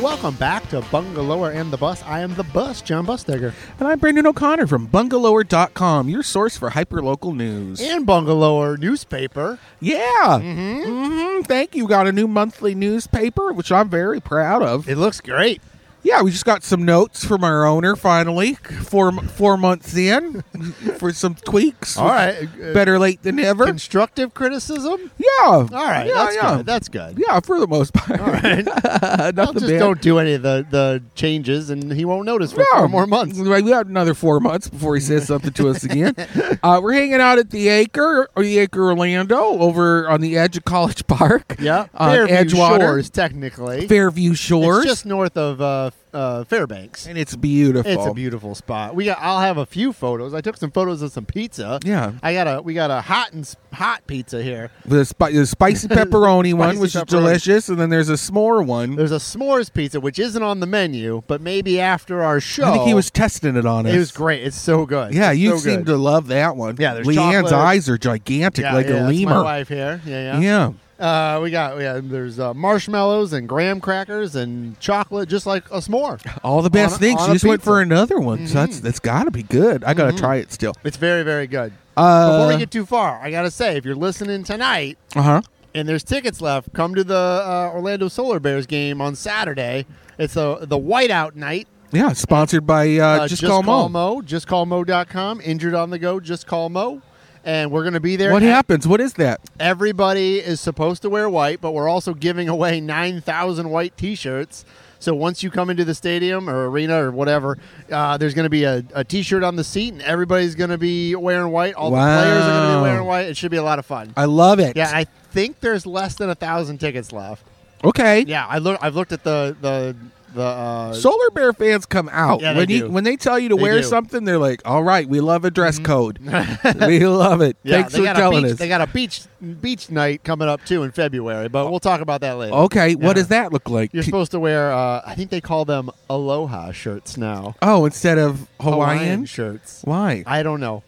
S1: Welcome back to Bungalower and the Bus. I am the bus, John Bustegger.
S5: And I'm Brandon O'Connor from bungalower.com, your source for hyperlocal news.
S1: And Bungalower newspaper.
S5: Yeah. Mm-hmm. Thank you. Got a new monthly newspaper, which I'm very proud of.
S1: It looks great.
S5: Yeah, we just got some notes from our owner finally, four four months in, for some tweaks.
S1: All right.
S5: Better late than never.
S1: uh, Constructive criticism?
S5: Yeah. All
S1: All right.
S5: Yeah,
S1: that's
S5: yeah.
S1: good. That's good.
S5: Yeah, for the most part. All right. Nothing
S1: I'll just
S5: bad.
S1: don't do any of the, the changes and he won't notice for four more months.
S5: Right, Oh, we have another four months before he says something to us again. Uh, we're hanging out at the Acre, or the Acre Orlando, over on the edge of College Park.
S1: Yeah.
S5: on
S1: Uh, Fairview
S5: Edgewater,
S1: Shores, technically.
S5: Fairview Shores,
S1: It's just north of uh, uh, Fairbanks.
S5: and it's beautiful.
S1: It's a beautiful spot. We got. I'll have a few photos. I took some photos of some pizza.
S5: Yeah.
S1: I got a. We got a hot and s- hot pizza here.
S5: The, spi- the spicy pepperoni one,
S1: Spicy
S5: which is
S1: pepperoni.
S5: delicious, and then there's a s'more one.
S1: There's a s'mores pizza, which isn't on the menu, but maybe after our show.
S5: I think he was testing it on us.
S1: It Oh. was great. It's so good.
S5: Yeah,
S1: It's
S5: you
S1: so
S5: seem
S1: good.
S5: to love that one.
S1: Yeah, there's
S5: Leanne's
S1: chocolate.
S5: eyes are gigantic,
S1: Yeah,
S5: like
S1: yeah,
S5: a
S1: that's
S5: lemur.
S1: My wife here. Yeah, yeah.
S5: Yeah.
S1: Uh, we got yeah. There's uh, marshmallows and graham crackers and chocolate, just like a s'more.
S5: All the best
S1: On a-
S5: things.
S1: on
S5: You
S1: a
S5: just went for
S1: pizza. Mm-hmm.
S5: another one. So that's that's got to be good. I got to try it still.
S1: It's very very good.
S5: Uh,
S1: Before we get too far, I gotta say, if you're listening tonight
S5: Uh huh.
S1: and there's tickets left, come to the uh, Orlando Solar Bears game on Saturday. It's the the whiteout night.
S5: Yeah, it's sponsored by uh,
S1: Uh,
S5: just, call, Mom.
S1: Mo. Just call Mo.com. Injured on the go. Just call Mo. And we're gonna be there.
S5: What
S1: And
S5: happens? What is that?
S1: Everybody is supposed to wear white, but we're also giving away 9,000 white t shirts. So once you come into the stadium or arena or whatever, uh, there's going to be a, a t shirt on the seat, and everybody's going to be wearing white. All the players are going to
S5: Wow.
S1: be wearing white. It should be a lot of fun.
S5: I love it.
S1: yeah, I think there's less than a thousand tickets left.
S5: okay.
S1: Yeah, I look. I've looked at the the the. Uh,
S5: Solar Bear fans come out
S1: Yeah, they
S5: when you
S1: do.
S5: when they tell you to
S1: They
S5: wear
S1: do. Mm-hmm.
S5: something. They're like, "All right, we love a dress code. we love it.
S1: yeah,
S5: Thanks
S1: they
S5: for
S1: got a
S5: telling
S1: beach,
S5: us."
S1: They got a beach beach night coming up too in February, but we'll talk about that later.
S5: okay, what
S1: Yeah.
S5: does that look like?
S1: You're supposed to wear. Uh, I think they call them aloha shirts now.
S5: oh, instead of Hawaiian,
S1: shirts.
S5: why
S1: I don't know.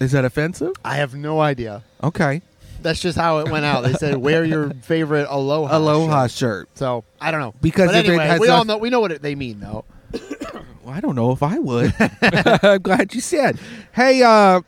S5: is that offensive?
S1: I have no idea.
S5: Okay,
S1: That's just how it went out. They said wear your favorite aloha.
S5: aloha
S1: shirt."
S5: shirt.
S1: So I don't know
S5: Because
S1: But
S5: if it
S1: anyway,
S5: has
S1: we all
S5: noth-
S1: know we know what it, they mean though.
S5: Well, I don't know if I would. I'm glad you said. Hey, uh,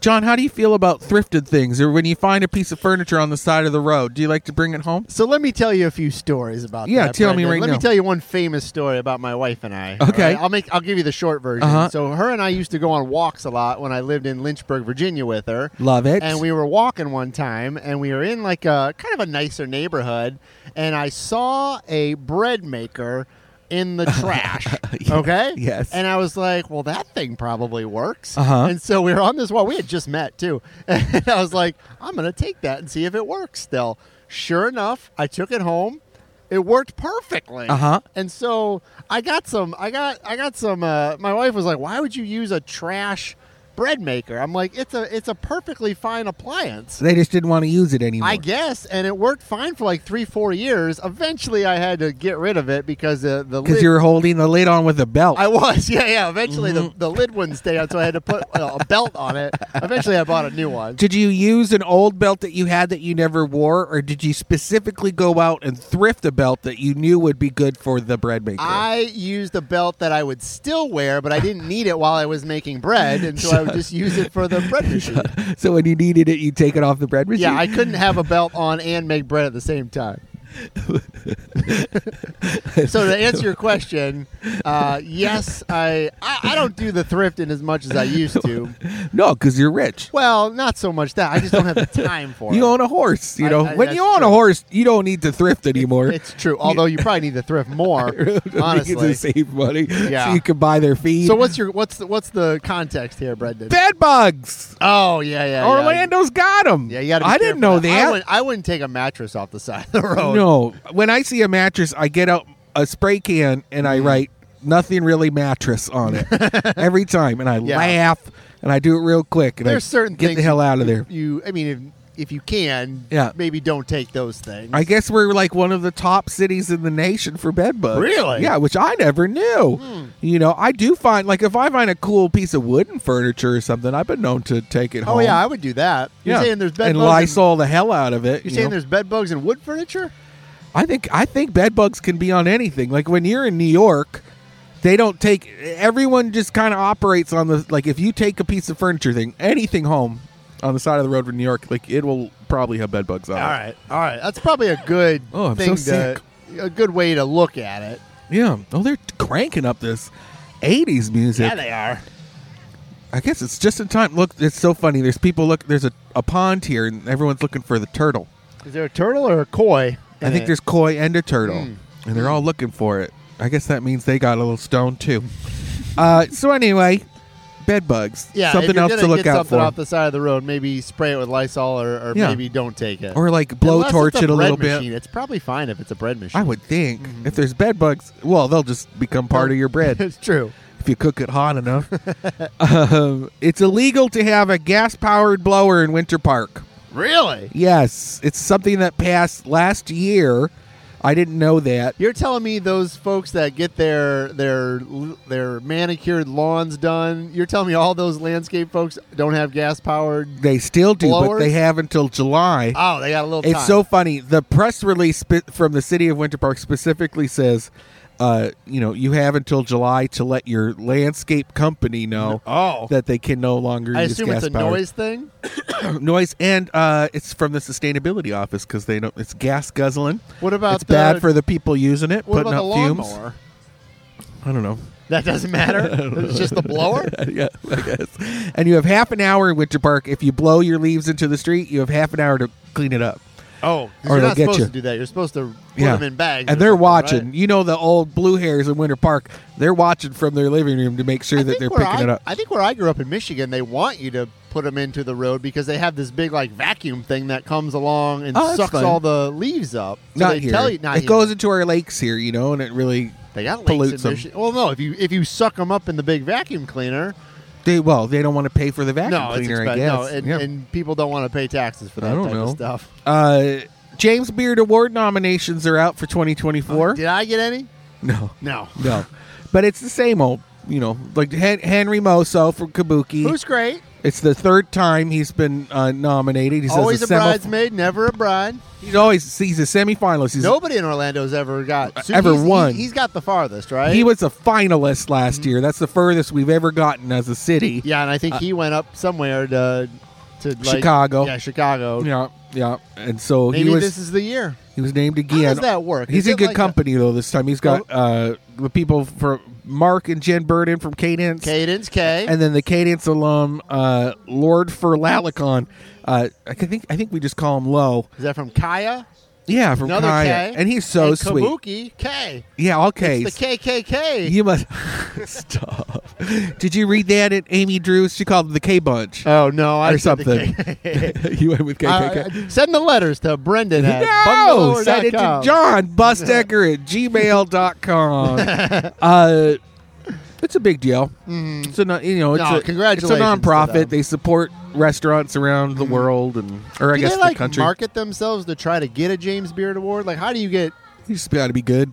S5: John, how do you feel about thrifted things, or when you find a piece of furniture on the side of the road? Do you like to bring it home?
S1: So let me tell you a few stories about
S5: Yeah,
S1: that,
S5: tell me
S1: Brendan.
S5: right
S1: Let
S5: now.
S1: me tell you one famous story about my wife and I.
S5: Okay.
S1: all right? I'll make I'll give you the short version.
S5: Uh-huh.
S1: So her and I used to go on walks a lot when I lived in Lynchburg, Virginia with her.
S5: Love it.
S1: And we were walking one time and we were in like a kind of a nicer neighborhood and I saw a bread maker in the trash. okay?
S5: yes.
S1: And I was like, well, that thing probably works.
S5: Uh-huh.
S1: And so we were on this wall. We had just met too. And I was like, I'm going to take that and see if it works still. Sure enough, I took it home. It worked perfectly.
S5: Uh-huh.
S1: And so I got some I got I got some uh, my wife was like, "Why would you use a trash bread maker?" I'm like, "It's a it's a perfectly fine appliance."
S5: they just didn't want to use it anymore.
S1: I guess, and it worked fine for like 3-4 years. Eventually I had to get rid of it because uh, the
S5: because
S1: lid-
S5: you're holding the lid on with a belt.
S1: I was, yeah, yeah. Eventually,
S5: Mm-hmm.
S1: the, the lid wouldn't stay on, so I had to put uh, a belt on it. Eventually, I bought a new one.
S5: did you use an old belt that you had that you never wore, or did you specifically go out and thrift a belt that you knew would be good for the bread maker?
S1: I used a belt that I would still wear, but I didn't need it while I was making bread, and so I would just use it for the bread machine.
S5: so when you needed it, you take it off the bread machine.
S1: Yeah, I couldn't have a belt on and make bread at the same time. so to answer your question, uh, yes, I, I I don't do the thrifting as much as I used to.
S5: no, because you're rich.
S1: Well, not so much that I just don't have the time for
S5: You
S1: it.
S5: own a horse, you
S1: I-
S5: know.
S1: I-
S5: when
S1: that's
S5: you own a
S1: true.
S5: horse, you don't need to thrift anymore.
S1: It's true. Although you probably need to thrift more,
S5: You need
S1: honestly.
S5: to save money so
S1: Yeah.
S5: you can buy their feed.
S1: So what's your what's the, what's the context here, Brendan?
S5: bed bugs?
S1: Oh yeah, yeah. yeah.
S5: Orlando's got 'em. got them.
S1: Yeah, you got to.
S5: I didn't know
S1: I
S5: that. Oh,
S1: wouldn't, I wouldn't take a mattress off the side of the road.
S5: no, when I see a mattress, I get out a spray can
S1: Mm-hmm.
S5: and I write nothing really mattress on it every time, and I
S1: Yeah.
S5: laugh and I do it real quick. And I
S1: there's certain
S5: get
S1: things.
S5: the hell out of there.
S1: You, I mean, if, if you can,
S5: Yeah.
S1: maybe don't take those things.
S5: I guess we're like one of the top cities in the nation for bed bugs.
S1: Really? Hmm.
S5: Yeah, which I never knew. You know, I do find like if I find a cool piece of wooden furniture or something, I've been known to take it
S1: oh
S5: home.
S1: yeah, I would do that. You're
S5: yeah.
S1: saying there's bed
S5: and
S1: bugs.
S5: Lysol the hell out of it.
S1: you're
S5: you
S1: saying
S5: know?
S1: there's bed bugs in wood furniture.
S5: I think I think bed bugs can be on anything. Like when you're in New York, they don't take everyone just kind of operates on the like if you take a piece of furniture thing, anything home on the side of the road in New York, like it will probably have bed bugs on it.
S1: All right, all right. That's probably a good
S5: Oh, I'm so
S1: thing
S5: sick.
S1: to a good way to look at it.
S5: Yeah. Oh, they're cranking up this 80s music.
S1: Yeah, they are.
S5: I guess it's just in time. Look, it's so funny. There's people look. There's a, a pond here, and everyone's looking for the turtle.
S1: Is there a turtle or a koi?
S5: I think there's koi and a turtle,
S1: Hmm.
S5: and they're all looking for it. I guess that means they got a little stone
S1: Hmm.
S5: too. uh, so anyway, bed bugs.
S1: yeah, if
S5: something
S1: you're
S5: else
S1: gonna
S5: to look
S1: get
S5: out
S1: something
S5: for,
S1: off the side of the road. Maybe spray it with Lysol, or, or
S5: Yeah.
S1: maybe don't take it,
S5: or like
S1: Unless it's
S5: blowtorch it a
S1: bread
S5: little
S1: machine. Hmm.
S5: bit.
S1: It's probably fine if it's a bread machine.
S5: I would think if there's bed bugs, well, they'll just become part of your bread.
S1: it's true.
S5: if you cook it hot enough. um, it's illegal to have a gas powered blower in Winter Park.
S1: Really?
S5: Yes, it's something that passed last year. I didn't know that.
S1: You're telling me those folks that get their their their manicured lawns done. You're telling me all those landscape folks don't have gas powered.
S5: They still do, but
S1: Blowers?
S5: they have until July.
S1: Oh, they got a little.
S5: It's
S1: time.
S5: so funny. The press release spe- from the city of Winter Park specifically says, uh, you know, you have until July to let your landscape company know
S1: Oh.
S5: that they can no longer
S1: I
S5: use
S1: assume it's a
S5: gas-powered-
S1: noise thing.
S5: noise, and uh, it's from the sustainability office because they don't. It's gas guzzling.
S1: What about
S5: it's
S1: the,
S5: bad for the people using it,
S1: what
S5: putting
S1: about the
S5: out fumes.
S1: lawnmower?
S5: I don't know.
S1: That doesn't matter. it's just the blower.
S5: yeah, I guess. And you have half an hour in Winter Park. If you blow your leaves into the street, you have half an hour to clean it up.
S1: Oh,
S5: Or
S1: you're
S5: they'll
S1: not
S5: get
S1: supposed
S5: you.
S1: to do that. You're supposed to put
S5: Yeah.
S1: them in bags,
S5: and
S1: or
S5: they're
S1: something,
S5: watching.
S1: right?
S5: You know the old blue hairs in Winter Park. They're watching from their living room to make sure
S1: I
S5: that
S1: think
S5: they're
S1: where
S5: picking
S1: I-
S5: it up.
S1: I think where I grew up in Michigan, they want you to put them into the road because they have this big like vacuum thing that comes along and
S5: Oh, that's
S1: sucks
S5: fine.
S1: all the leaves up. So
S5: not
S1: they
S5: here.
S1: tell you not
S5: it
S1: here.
S5: goes into our lakes here, you know, and it really
S1: They got
S5: pollutes
S1: lakes in
S5: 'em.
S1: Michigan. Well, no, if you if you suck them up in the big vacuum cleaner,
S5: they well they don't want to pay for the vacuum
S1: no, it's
S5: cleaner. I
S1: expen-
S5: guess.
S1: no, and,
S5: Yeah.
S1: and people don't want to pay taxes for
S5: I
S1: that
S5: don't
S1: type of
S5: know.
S1: stuff.
S5: uh, James Beard Award nominations are out for 2024.
S1: Did I get any?
S5: no,
S1: No.
S5: no, but it's the same old. You know, like Hen- Henry Moso from Kabuki.
S1: Who's great?
S5: It's the third time he's been uh, nominated. He's
S1: Always
S5: a,
S1: a
S5: semi-
S1: bridesmaid, never a bride.
S5: He's always he's a semifinalist. He's,
S1: Nobody in Orlando's ever got so
S5: Uh, Ever
S1: he's- he-
S5: won.
S1: He's got the farthest, right?
S5: He was a finalist last year. That's the furthest we've ever gotten as a city.
S1: Yeah, and I think he went up somewhere to to like,
S5: uh, Chicago.
S1: Yeah, Chicago.
S5: Yeah, yeah. And so
S1: Maybe
S5: he was
S1: this is the year.
S5: he was named
S1: How
S5: again.
S1: does that work?
S5: He's
S1: Is
S5: in
S1: it
S5: good
S1: like Oh.
S5: company though this time. He's got uh, the people from Mark and Jen Burden from Cadence.
S1: a Cadence K.
S5: and then the Cadence alum, uh, Lord for Lalicon. Uh, I think I think we just call him Low.
S1: is that from Kaya?
S5: Yeah, from
S1: Another
S5: Kaya.
S1: K.
S5: And he's so
S1: and
S5: sweet.
S1: Kabuki K.
S5: Yeah, all K's.
S1: It's the KKK.
S5: You must stop. Did you read that at Amy Drew's? She called them the K bunch.
S1: oh no, I
S5: Or
S1: said the
S5: something.
S1: K.
S5: you went with
S1: Uh,
S5: KKK.
S1: send the letters to Brendan at
S5: no, send it to
S1: bungalower.com.
S5: John Bustecker at gmail.com. uh, it's a big deal. It's a non- you know it's
S1: Mm-hmm. No,
S5: a
S1: congratulations
S5: It's a
S1: to
S5: nonprofit.
S1: them. Mm-hmm.
S5: They support restaurants around the world and or I
S1: Do
S5: guess
S1: they like
S5: the country.
S1: market themselves to try to get a James Beard Award? Like, how do you get?
S5: you just got to be good, and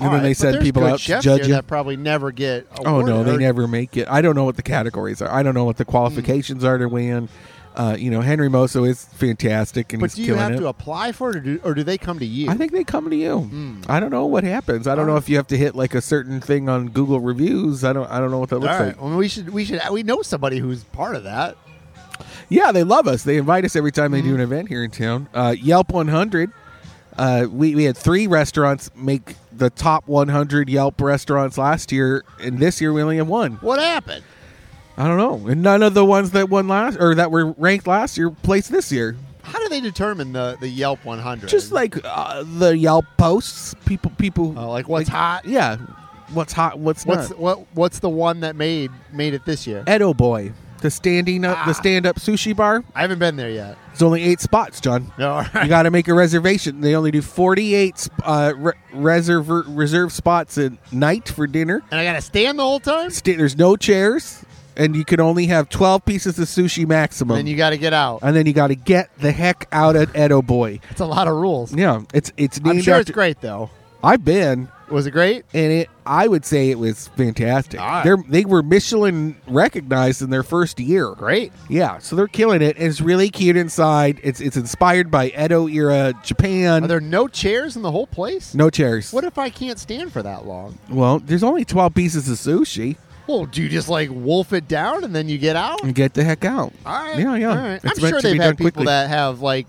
S1: All right,
S5: then they
S1: but
S5: send
S1: there's
S5: people
S1: good
S5: out to
S1: chefs
S5: judge
S1: here
S5: you.
S1: that probably never get.
S5: Oh no, they
S1: awarded.
S5: never make it. I don't know what the categories are. I don't know what the
S1: Hmm.
S5: qualifications are to win. Uh, you know, Henry Moso is fantastic and
S1: But
S5: he's
S1: do you
S5: killing
S1: have
S5: it.
S1: to apply for it, or do, or do they come to you?
S5: I think they come to you.
S1: Hmm.
S5: I don't know what happens. I don't know if you have to hit like a certain thing on Google reviews. I don't. I don't know what that
S1: All
S5: looks
S1: right.
S5: like.
S1: Well, we should we should we know somebody who's part of that.
S5: Yeah, they love us. They invite us every time they
S1: Hmm.
S5: do an event here in town. Uh, Yelp 100. Uh, we, we had three restaurants make the top 100 Yelp restaurants last year, and this year we only have one.
S1: What happened?
S5: I don't know, and none of the ones that won last or that were ranked last year placed this year.
S1: How do they determine the the Yelp 100?
S5: Just like uh, the Yelp posts, people people
S1: Uh, like what's hot?
S5: yeah, what's hot, what's,
S1: What's
S5: not.
S1: what what's the one that made made it this year?
S5: Edo Boy, the standing up, the
S1: Ah.
S5: stand up sushi bar.
S1: I haven't been there yet.
S5: It's only eight spots, John.
S1: No, all
S5: You
S1: right.
S5: got to make a reservation. They only do forty eight uh, re- reserve reserve spots a night for dinner.
S1: and I gotta stand the whole time.
S5: Sta there's no chairs, and you can only have twelve pieces of sushi maximum.
S1: Then you gotta get out.
S5: and then you got to get the heck out of Edo Boy.
S1: It's a lot of rules.
S5: Yeah, it's it's named
S1: I'm sure it's
S5: after-
S1: great though.
S5: I've been,
S1: Was it great?
S5: and it I would say it was fantastic.
S1: All right.
S5: They're, they were Michelin recognized in their first year.
S1: Great.
S5: Yeah, so they're killing it. It's really cute inside. It's it's inspired by Edo era Japan.
S1: Are there no chairs in the whole place?
S5: no chairs.
S1: What if I can't stand for that long?
S5: Well, there's only 12 pieces of sushi.
S1: Well, do you just like wolf it down and then you get out?
S5: And get the heck out.
S1: All right.
S5: Mm. Yeah, yeah.
S1: All right.
S5: It's
S1: I'm
S5: meant
S1: sure
S5: to be
S1: they've
S5: done
S1: had people
S5: quickly.
S1: that have like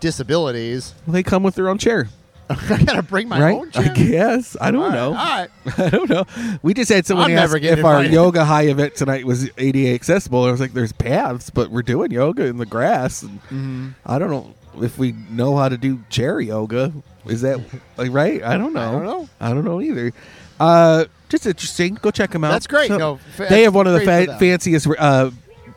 S1: disabilities.
S5: Well, they come with their own chair,
S1: I gotta bring my
S5: right?
S1: own chair.
S5: I guess. I don't
S1: All right,
S5: know.
S1: All right.
S5: I don't know. We just had someone
S1: I'm
S5: ask
S1: never getting
S5: if our
S1: invited.
S5: yoga high event tonight was ADA accessible. I was like, "There's paths, but we're doing yoga in the grass." And
S1: Mm-hmm.
S5: I don't know if we know how to do chair yoga. Is that like right? I don't know.
S1: I don't know.
S5: I don't know either. Uh, just interesting. Go check them out.
S1: That's great.
S5: So-
S1: No, fa-
S5: they have one of the
S1: great for
S5: fa-
S1: them.
S5: fanciest uh,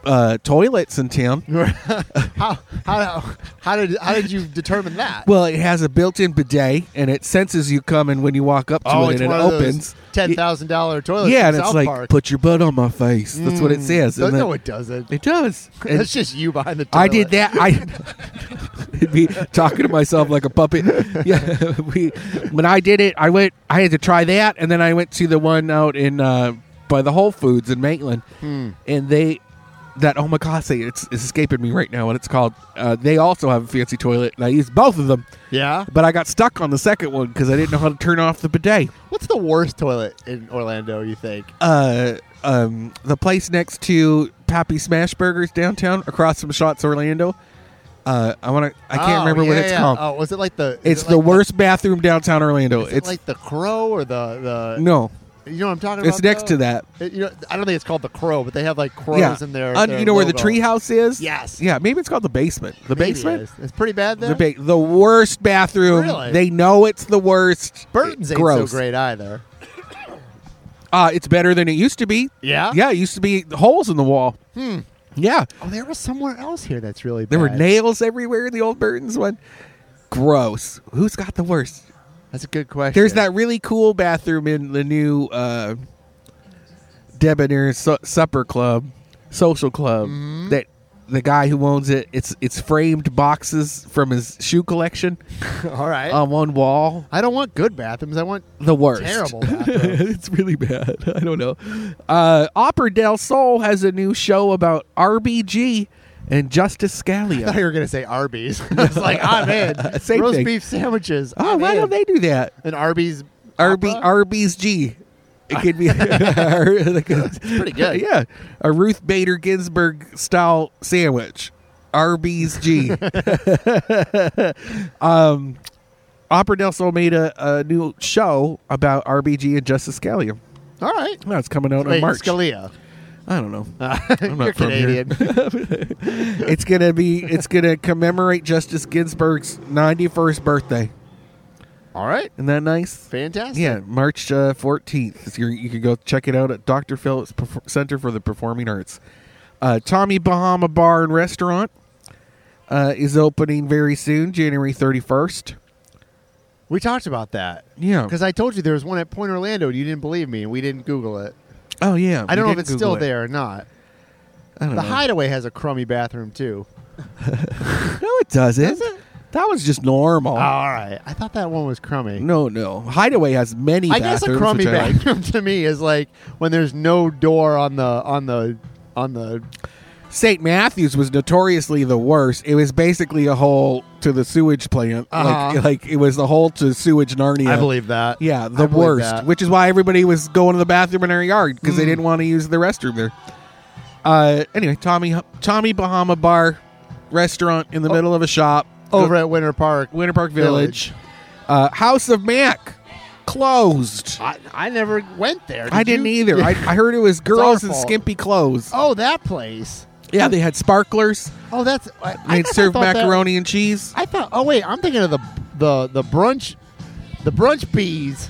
S5: uh, toilets in town.
S1: how, how how did how did you determine that?
S5: Well, it has a built-in bidet, and it senses you coming when you walk up to
S1: oh,
S5: it,
S1: it's
S5: and it
S1: one of
S5: opens.
S1: those ten thousand dollar toilets.
S5: yeah,
S1: Oh, in
S5: and it's
S1: South
S5: like,
S1: Park.
S5: put your butt on my face. That's what it says.
S1: No,
S5: And
S1: no,
S5: then-
S1: it doesn't.
S5: it does. And
S1: That's just you behind the. Toilet.
S5: I did that. I it'd be talking to myself like a puppet. Yeah, we when I did it, I went. I had to try that, and then I went to the one out in uh, by the Whole Foods in Maitland,
S1: Hmm.
S5: and they that omakase. It's, it's escaping me right now. What it's called? Uh, they also have a fancy toilet, and I used both of them,
S1: Yeah.
S5: but I got stuck on the second one because I didn't know how to turn off the bidet.
S1: What's the worst toilet in Orlando? You think?
S5: Uh, um, the place next to Pappy Smash Burgers downtown, across from Shots Orlando. Uh, I want to. I can't
S1: Oh,
S5: remember what
S1: yeah,
S5: it's
S1: yeah.
S5: called.
S1: Oh, was it like the? is
S5: It's
S1: it
S5: the
S1: like
S5: worst bathroom downtown Orlando.
S1: is it
S5: It's
S1: like the crow or the the.
S5: no,
S1: You know what I'm talking about.
S5: it's next
S1: though?
S5: to that.
S1: It- you know, I don't think it's called the crow, but they have like crows
S5: yeah,
S1: in their.
S5: Un-
S1: their
S5: you know where the
S1: logo.
S5: treehouse is?
S1: Yes.
S5: Yeah, maybe it's called the basement. The
S1: Maybe it
S5: basement.
S1: is. It's pretty bad there.
S5: The ba- the worst bathroom.
S1: Really?
S5: They know it's the worst.
S1: Burton's ain't
S5: Gross.
S1: so great either.
S5: Uh, it's better than it used to be.
S1: Yeah.
S5: Yeah, it used to be holes in the wall. Hmm. Yeah,
S1: Oh, there was somewhere else here that's really.
S5: there were
S1: bad.
S5: nails everywhere in the old Burton's one. Gross. Who's got the worst?
S1: That's a good question.
S5: There's that really cool bathroom in the new uh, Debonair Su- Supper Club, social club. That the guy who owns it, it's it's framed boxes from his shoe collection
S1: All right.
S5: on one wall.
S1: I don't want good bathrooms. I want
S5: The worst,
S1: terrible bathrooms.
S5: it's really bad. I don't know. Uh, Opera del Sol has a new show about RBG and Justice
S1: I thought
S5: Scalia.
S1: you were gonna say Arby's. It's like I'm in.
S5: Same
S1: Roast
S5: thing.
S1: beef sandwiches.
S5: Oh,
S1: I'm
S5: why
S1: in.
S5: don't they do that?
S1: An Arby's.
S5: RB
S1: Opera?
S5: Arby's G. It could be like a,
S1: pretty good.
S5: Yeah, a Ruth Bader Ginsburg style sandwich. Arby's G. um, Opera del Sol made a, a new show about RBG and Justice Scalia.
S1: All right.
S5: No, it's coming out in
S1: Wait,
S5: March.
S1: Scalia.
S5: I don't know.
S1: Uh,
S5: not
S1: you're
S5: from here.
S1: Canadian.
S5: It's gonna be. It's gonna commemorate Justice Ginsburg's ninety-first birthday.
S1: All right.
S5: Isn't that nice?
S1: Fantastic.
S5: Yeah, March uh, fourteenth. you can go check it out at Dr. Phillips Perf- Center for the Performing Arts. Uh, Tommy Bahama Bar and Restaurant uh, is opening very soon, January thirty first.
S1: We talked about that.
S5: Yeah.
S1: Because I told you there was one at Point Orlando and you didn't believe me and we didn't Google it.
S5: Oh yeah,
S1: I don't
S5: we
S1: know if
S5: did
S1: it's still
S5: Google it. Uh-huh.
S1: there or not.
S5: I don't
S1: The
S5: know.
S1: Hideaway has a crummy bathroom too.
S5: no, it doesn't.
S1: Does it?
S5: That was just normal.
S1: Oh, all right. I thought that one was crummy.
S5: no, no. Hideaway has many.
S1: I guess a
S5: bathrooms,
S1: crummy
S5: which I like.
S1: bathroom to me is like when there's no door on the on the on the
S5: St. Matthews was notoriously the worst. It was basically a hole to the sewage plant.
S1: Uh-huh.
S5: Like, like it was the hole to sewage Narnia.
S1: I believe that.
S5: Yeah,
S1: I
S5: the
S1: believe
S5: worst.
S1: that. Mm.
S5: Which is why everybody was going to the bathroom in our yard because they didn't want to use the restroom there. Uh, anyway, Tommy Tommy Bahama Bar restaurant in the middle of a shop
S1: Oh. Over at Winter Park.
S5: Winter Park Village. Uh, House of Mac closed.
S1: I, I never went there. Did
S5: I didn't
S1: you?
S5: either. I, I heard it was girls in
S1: fault.
S5: skimpy clothes.
S1: Oh, that place.
S5: Yeah, they had sparklers.
S1: Oh, that's. I, I
S5: They'd
S1: guess I
S5: serve
S1: thought that-
S5: macaroni and cheese.
S1: I thought. Oh wait, I'm thinking of the the the brunch, the brunch bees.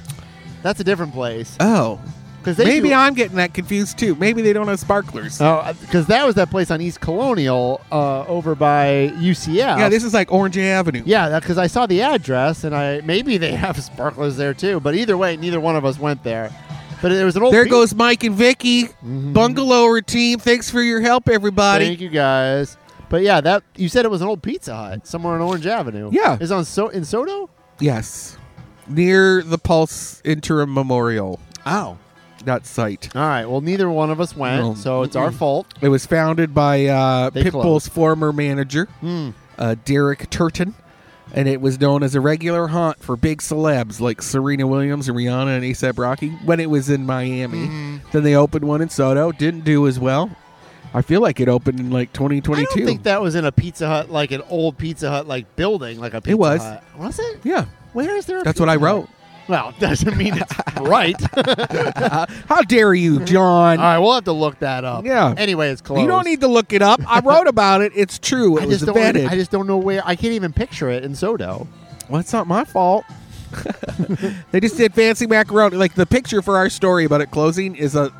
S1: That's a different place.
S5: Oh,
S1: Because
S5: maybe
S1: do,
S5: I'm getting that confused too. Maybe they don't have sparklers.
S1: Oh, because that was that place on East Colonial uh, over by UCF.
S5: yeah, this is like Orange Avenue.
S1: Yeah, that because I saw the address and I maybe they have sparklers there too. But either way, neither one of us went there. But there was an old.
S5: There
S1: beach-
S5: goes Mike and Vicky, bungalower team. Thanks for your help, everybody.
S1: Mm-hmm. Thank you guys. But yeah, that you said it was an old Pizza Hut somewhere on Orange Avenue.
S5: Yeah.
S1: is on so in Soto.
S5: Yes, near the Pulse Interim Memorial,
S1: Oh,
S5: that site.
S1: all right. Well, neither one of us went,
S5: No.
S1: so it's our fault.
S5: It was founded by uh,
S1: They Hmm.
S5: Pitbull's former manager, uh, Derek Turton, and it was known as a regular haunt for big celebs like Serena Williams and Rihanna and ASAP Rocky when it was in Miami.
S1: Mm-hmm.
S5: Then they opened one in Soto. Didn't do as well. I feel like it opened in like 2022.
S1: I don't think that was in a Pizza Hut, like an old Pizza Hut, like building, like a Pizza
S5: was.
S1: Hut. Was it?
S5: yeah,
S1: Where is there? A
S5: that's what I
S1: Pizza
S5: wrote.
S1: Hut? Well, doesn't mean it's right. All
S5: How dare
S1: Mm-hmm.
S5: you, John?
S1: right, we'll have to look that up.
S5: Yeah.
S1: Anyway, it's closed.
S5: You don't need to look it up. I wrote about it. It's true. It
S1: I
S5: was
S1: just don't.
S5: vetted.
S1: I just don't know where. I can't even picture it in Soto.
S5: well, it's not my fault. they just did fancy macaroni. Like the picture for our story about it closing is a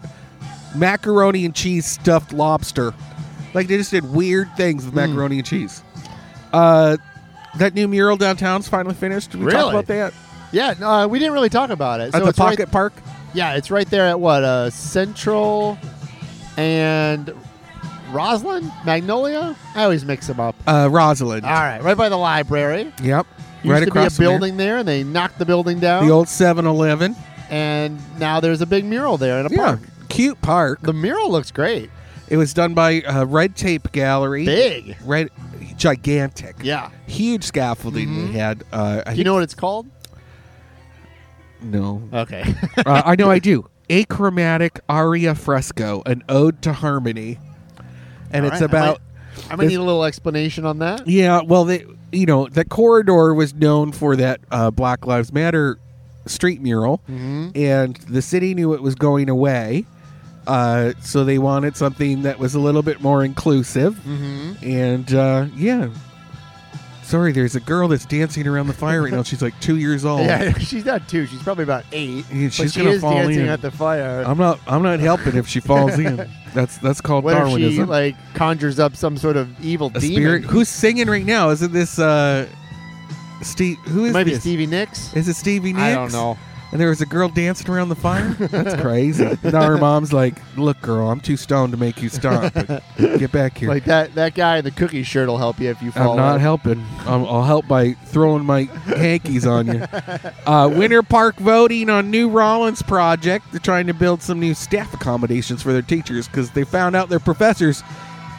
S5: macaroni and cheese stuffed lobster. Like they just did weird things with
S1: Mm.
S5: macaroni and cheese. Uh, that new mural downtown's finally finished. Did we talk
S1: Really?
S5: about that
S1: Yeah, no, uh, we didn't really talk about it.
S5: at
S1: so
S5: the
S1: it's right-
S5: Pocket Park?
S1: yeah, it's right there at what uh, Central and Roslyn, Magnolia. I always mix them up.
S5: Uh, Rosalind.
S1: All right, right by the library.
S5: Yep.
S1: Ah. Used
S5: right
S1: to be
S5: across from
S1: a
S5: there.
S1: building there. and they knocked the building down.
S5: The old 7-Eleven.
S1: and now there's a big mural there in a
S5: Yeah.
S1: park.
S5: Cute park.
S1: The mural looks great.
S5: It was done by uh, Red Tape Gallery.
S1: Big.
S5: Red, gigantic.
S1: Yeah.
S5: Huge scaffolding they had. Uh, I
S1: Do you know what it's called?
S5: think- no.
S1: Okay.
S5: uh, I know I do. Achromatic aria fresco, an ode to harmony, and
S1: All
S5: it's
S1: right, I
S5: about
S1: I might
S5: this-
S1: need a little explanation on that.
S5: yeah. Well, they you know that corridor was known for that uh, Black Lives Matter street
S1: Mm-hmm.
S5: mural, and the city knew it was going away, uh, so they wanted something that was a little bit more inclusive,
S1: Mm-hmm.
S5: and uh, yeah. Sorry, there's a girl that's dancing around the fire right now. She's like two years old.
S1: Yeah, she's not two. She's probably about eight.
S5: Oh. Yeah, she's
S1: but she
S5: gonna
S1: is
S5: fall
S1: dancing
S5: in.
S1: at the fire.
S5: I'm not. I'm not helping if she falls in. That's that's called
S1: what if
S5: Darwinism.
S1: she like conjures up some sort of evil
S5: a
S1: demon?
S5: spirit who's singing right now? Isn't this uh, Steve? Who
S1: It
S5: is
S1: might be
S5: this?
S1: Stevie Nicks.
S5: Is it Stevie Nicks?
S1: I don't know.
S5: And there was a girl dancing around the fire. That's crazy. now her mom's like, "Look, girl, I'm too stoned to make you stop. But get back here.
S1: Like that that guy in the cookie shirt will help you if you fall.
S5: I'm not
S1: in.
S5: helping. Um, I'll help by throwing my hankies on you. Uh, Winter Park voting on new Rollins project. They're trying to build some new staff accommodations for their teachers because they found out their professors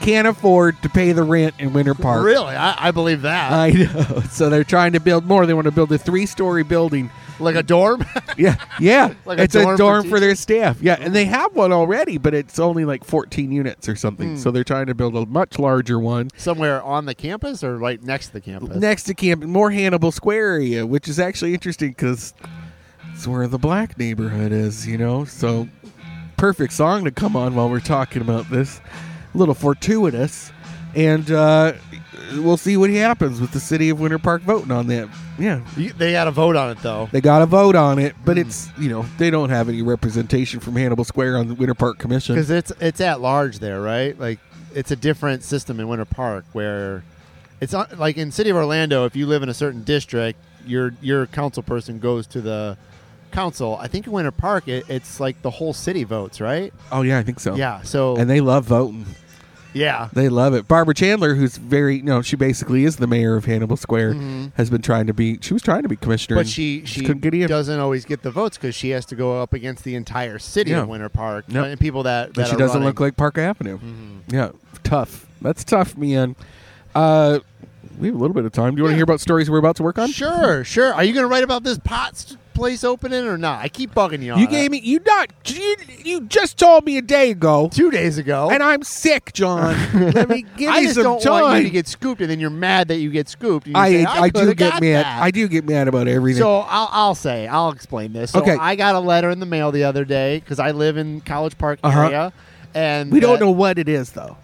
S5: can't afford to pay the rent in Winter Park.
S1: Really, I, I believe that.
S5: I know. So they're trying to build more. They want to build a three-story building.
S1: like a dorm.
S5: Yeah, yeah.
S1: Like a
S5: it's
S1: dorm
S5: a
S1: for Mm.
S5: dorm for, their staff. Yeah, and they have one already, but it's only like 14 units or something.
S1: Mm.
S5: So they're trying to build a much larger one.
S1: somewhere on the campus or right next to the campus.
S5: next to Camp, more Hannibal Square area, which is actually interesting because it's where the black neighborhood is, you know. So, perfect song to come on while we're talking about this. A little fortuitous, and uh, we'll see what happens with the city of Winter Park voting on that. Yeah,
S1: You- they got to vote on it though.
S5: they got a vote on it,
S1: Hmm.
S5: but it's you know they don't have any representation from Hannibal Square on the Winter Park Commission.
S1: because it's it's at large there, right? Like it's a different system in Winter Park where it's not like in City of Orlando. If you live in a certain district, your your council person goes to the council. I think in Winter Park, it, it's like the whole city votes, right?
S5: Oh yeah, I think so.
S1: Yeah. So
S5: and they love voting.
S1: yeah,
S5: They love it. Barbara Chandler, who's very no, she basically is the mayor of Hannibal Square, has been trying to be. She was trying to be commissioner,
S1: Mm-hmm. but
S5: and
S1: she she
S5: couldn't get in.
S1: doesn't always get the votes because she has to go up against the entire city
S5: Yeah.
S1: of Winter Park
S5: Yep.
S1: and people that that Mm-hmm.
S5: And she
S1: are
S5: doesn't
S1: running.
S5: look like Park Avenue. Yeah, tough. That's tough, man. Uh, we have a little bit of time. Do you want to hear about stories we're about to work on?
S1: Sure, sure. Are you going to write about this Potts place opening or not? I keep bugging you. on
S5: You
S1: it.
S5: gave me you not you, you just told me a day ago,
S1: two days ago,
S5: and I'm sick, John. Let me give
S1: Oh. I
S5: me
S1: just
S5: some
S1: don't
S5: time.
S1: want you to get scooped, and then you're mad that you get scooped. and you
S5: I,
S1: say,
S5: I, do
S1: coulda
S5: get
S1: got
S5: mad.
S1: that."
S5: I do get mad about everything.
S1: So I'll, I'll say I'll explain this. So
S5: Okay.
S1: I got a letter in the mail the other day because I live in College Park
S5: Uh-huh.
S1: area, and
S5: we don't
S1: that-
S5: know what it is though.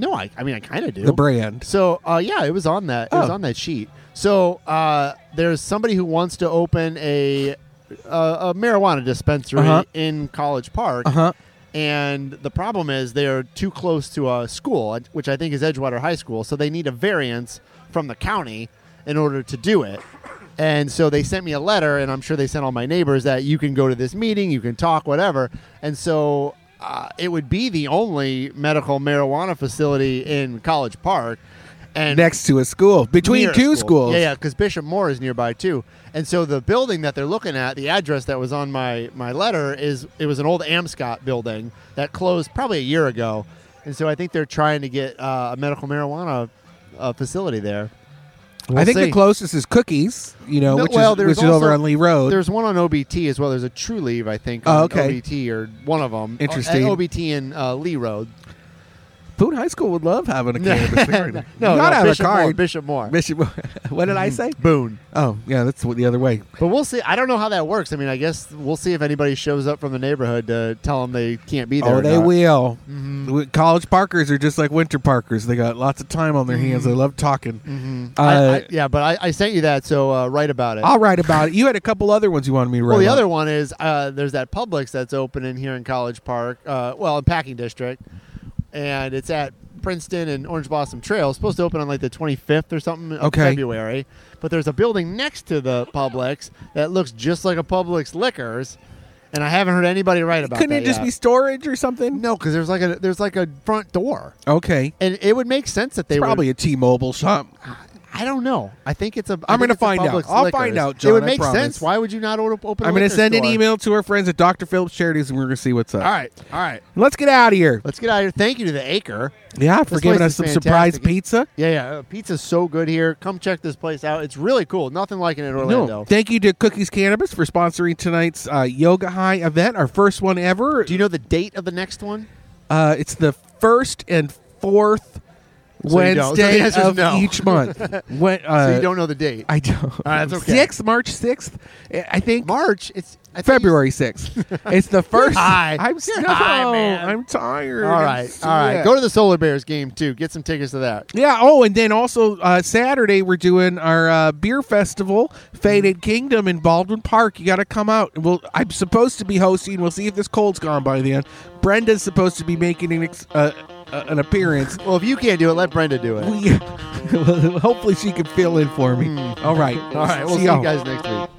S1: No, I, I mean I kind of do
S5: The brand.
S1: So uh, yeah, it was on that. It was
S5: Oh.
S1: on that sheet. So uh, there's somebody who wants to open a a, a marijuana dispensary
S5: Uh-huh.
S1: in College Park.
S5: Uh huh.
S1: and the problem is they're too close to a school, which I think is Edgewater High School, so they need a variance from the county in order to do it. And so they sent me a letter, and I'm sure they sent all my neighbors that you can go to this meeting, you can talk, whatever. And so uh, it would be the only medical marijuana facility in College Park. And
S5: next to a school between
S1: near a
S5: two
S1: school.
S5: schools.
S1: Yeah, yeah, because Bishop Moore is nearby too. And so the building that they're looking at, the address that was on my my letter is it was an old Amscot building that closed probably a year ago. And so I think they're trying to get uh, a medical marijuana uh, facility there.
S5: I
S1: We'll
S5: think the
S1: see.
S5: closest is Cookies, you know,
S1: No,
S5: which
S1: well,
S5: is
S1: there's
S5: which is over
S1: also-
S5: on Lee Road.
S1: There's one on OBT as well. There's a True Leave, I think,
S5: Oh,
S1: on
S5: okay.
S1: OBT or one of them.
S5: Interesting.
S1: At OBT and uh, Lee Road.
S5: Boone High School would love having a cannabis. there. you
S1: No, no,
S5: gotta have
S1: Bishop
S5: a
S1: Moore.
S5: card.
S1: Bishop Mm-hmm. Moore.
S5: Bishop- what did I say?
S1: Boone.
S5: Oh, yeah, that's what- the other way.
S1: But we'll see. I don't know how that works. I mean, I guess we'll see if anybody shows up from the neighborhood to tell them they can't be there.
S5: Oh,
S1: or
S5: they
S1: not. Mm-hmm.
S5: will. W- College Parkers are just like winter Parkers. They got lots of time on their hands. They love talking. Uh,
S1: Mm-hmm. I, I, yeah, but I, I sent you that, so uh, write about it.
S5: I'll write about it. You had a couple other ones you wanted me to write.
S1: well, the
S5: about.
S1: other one is uh, there's that Publix that's open in here in College Park, uh, well, in Packing District, and it's at Princeton and Orange Blossom Trail. It's supposed to open on like the 25th or something of
S5: Okay.
S1: February. But there's a building next to the Publix that looks just like a Publix liquors, and I haven't heard anybody write about.
S5: Couldn't
S1: that
S5: it just
S1: yet.
S5: be storage or something?
S1: no? Because there's like a there's like a front door,
S5: Okay.
S1: and it would make sense that they would-
S5: Probably a T-Mobile shop.
S1: I don't know. I think it's a. I
S5: I'm
S1: think
S5: gonna
S1: it's a
S5: find out.
S1: Publix
S5: I'll
S1: Liquors.
S5: find out,
S1: It
S5: John,
S1: would
S5: I
S1: make
S5: promise.
S1: sense. Why would you not open? open a
S5: I'm going
S1: liquor
S5: to send an
S1: store?
S5: email to our friends at Dr. Phillips Charities, and we're going to see what's up.
S1: All right, all right.
S5: Let's get out of here.
S1: Let's get out of here. Thank you to the Acre.
S5: Yeah, for
S1: This
S5: giving
S1: place
S5: us
S1: is
S5: some surprise
S1: fantastic.
S5: pizza.
S1: Yeah, yeah. uh, Pizza's so good here. Come check this place out. It's really cool. Nothing like it in Orlando.
S5: No, thank you to Cookies Cannabis for sponsoring tonight's uh, Yoga High event, our first one ever.
S1: Do you know the date of the next one?
S5: Uh, it's the first and fourth
S1: So you don't. So the
S5: Wednesday
S1: answer is
S5: of
S1: no.
S5: each month. when, uh,
S1: so you don't know the date.
S5: I don't.
S1: right, that's okay.
S5: Sixth, March sixth. I think
S1: March. It's I think
S5: February sixth. it's the first.
S1: high.
S5: I'm
S1: You're
S5: no,
S1: high, man.
S5: I'm tired.
S1: you- All right, all right.
S5: Yeah.
S1: Go to the Solar Bears game too. Get some tickets to that.
S5: Yeah. Oh, and then also uh, Saturday we're doing our uh, beer festival,
S1: Mm-hmm.
S5: Faded Kingdom in Baldwin Park. You got to come out. And We'll, I'm supposed to be hosting. We'll see if this cold's gone by then. Brenda's supposed to be making an ex- uh, uh, an appearance.
S1: Well, if you can't do it, let Brenda do it.
S5: We, hopefully she can fill in for me. All right.
S1: Hmm. all right, we'll see you
S5: y'all.
S1: guys next week.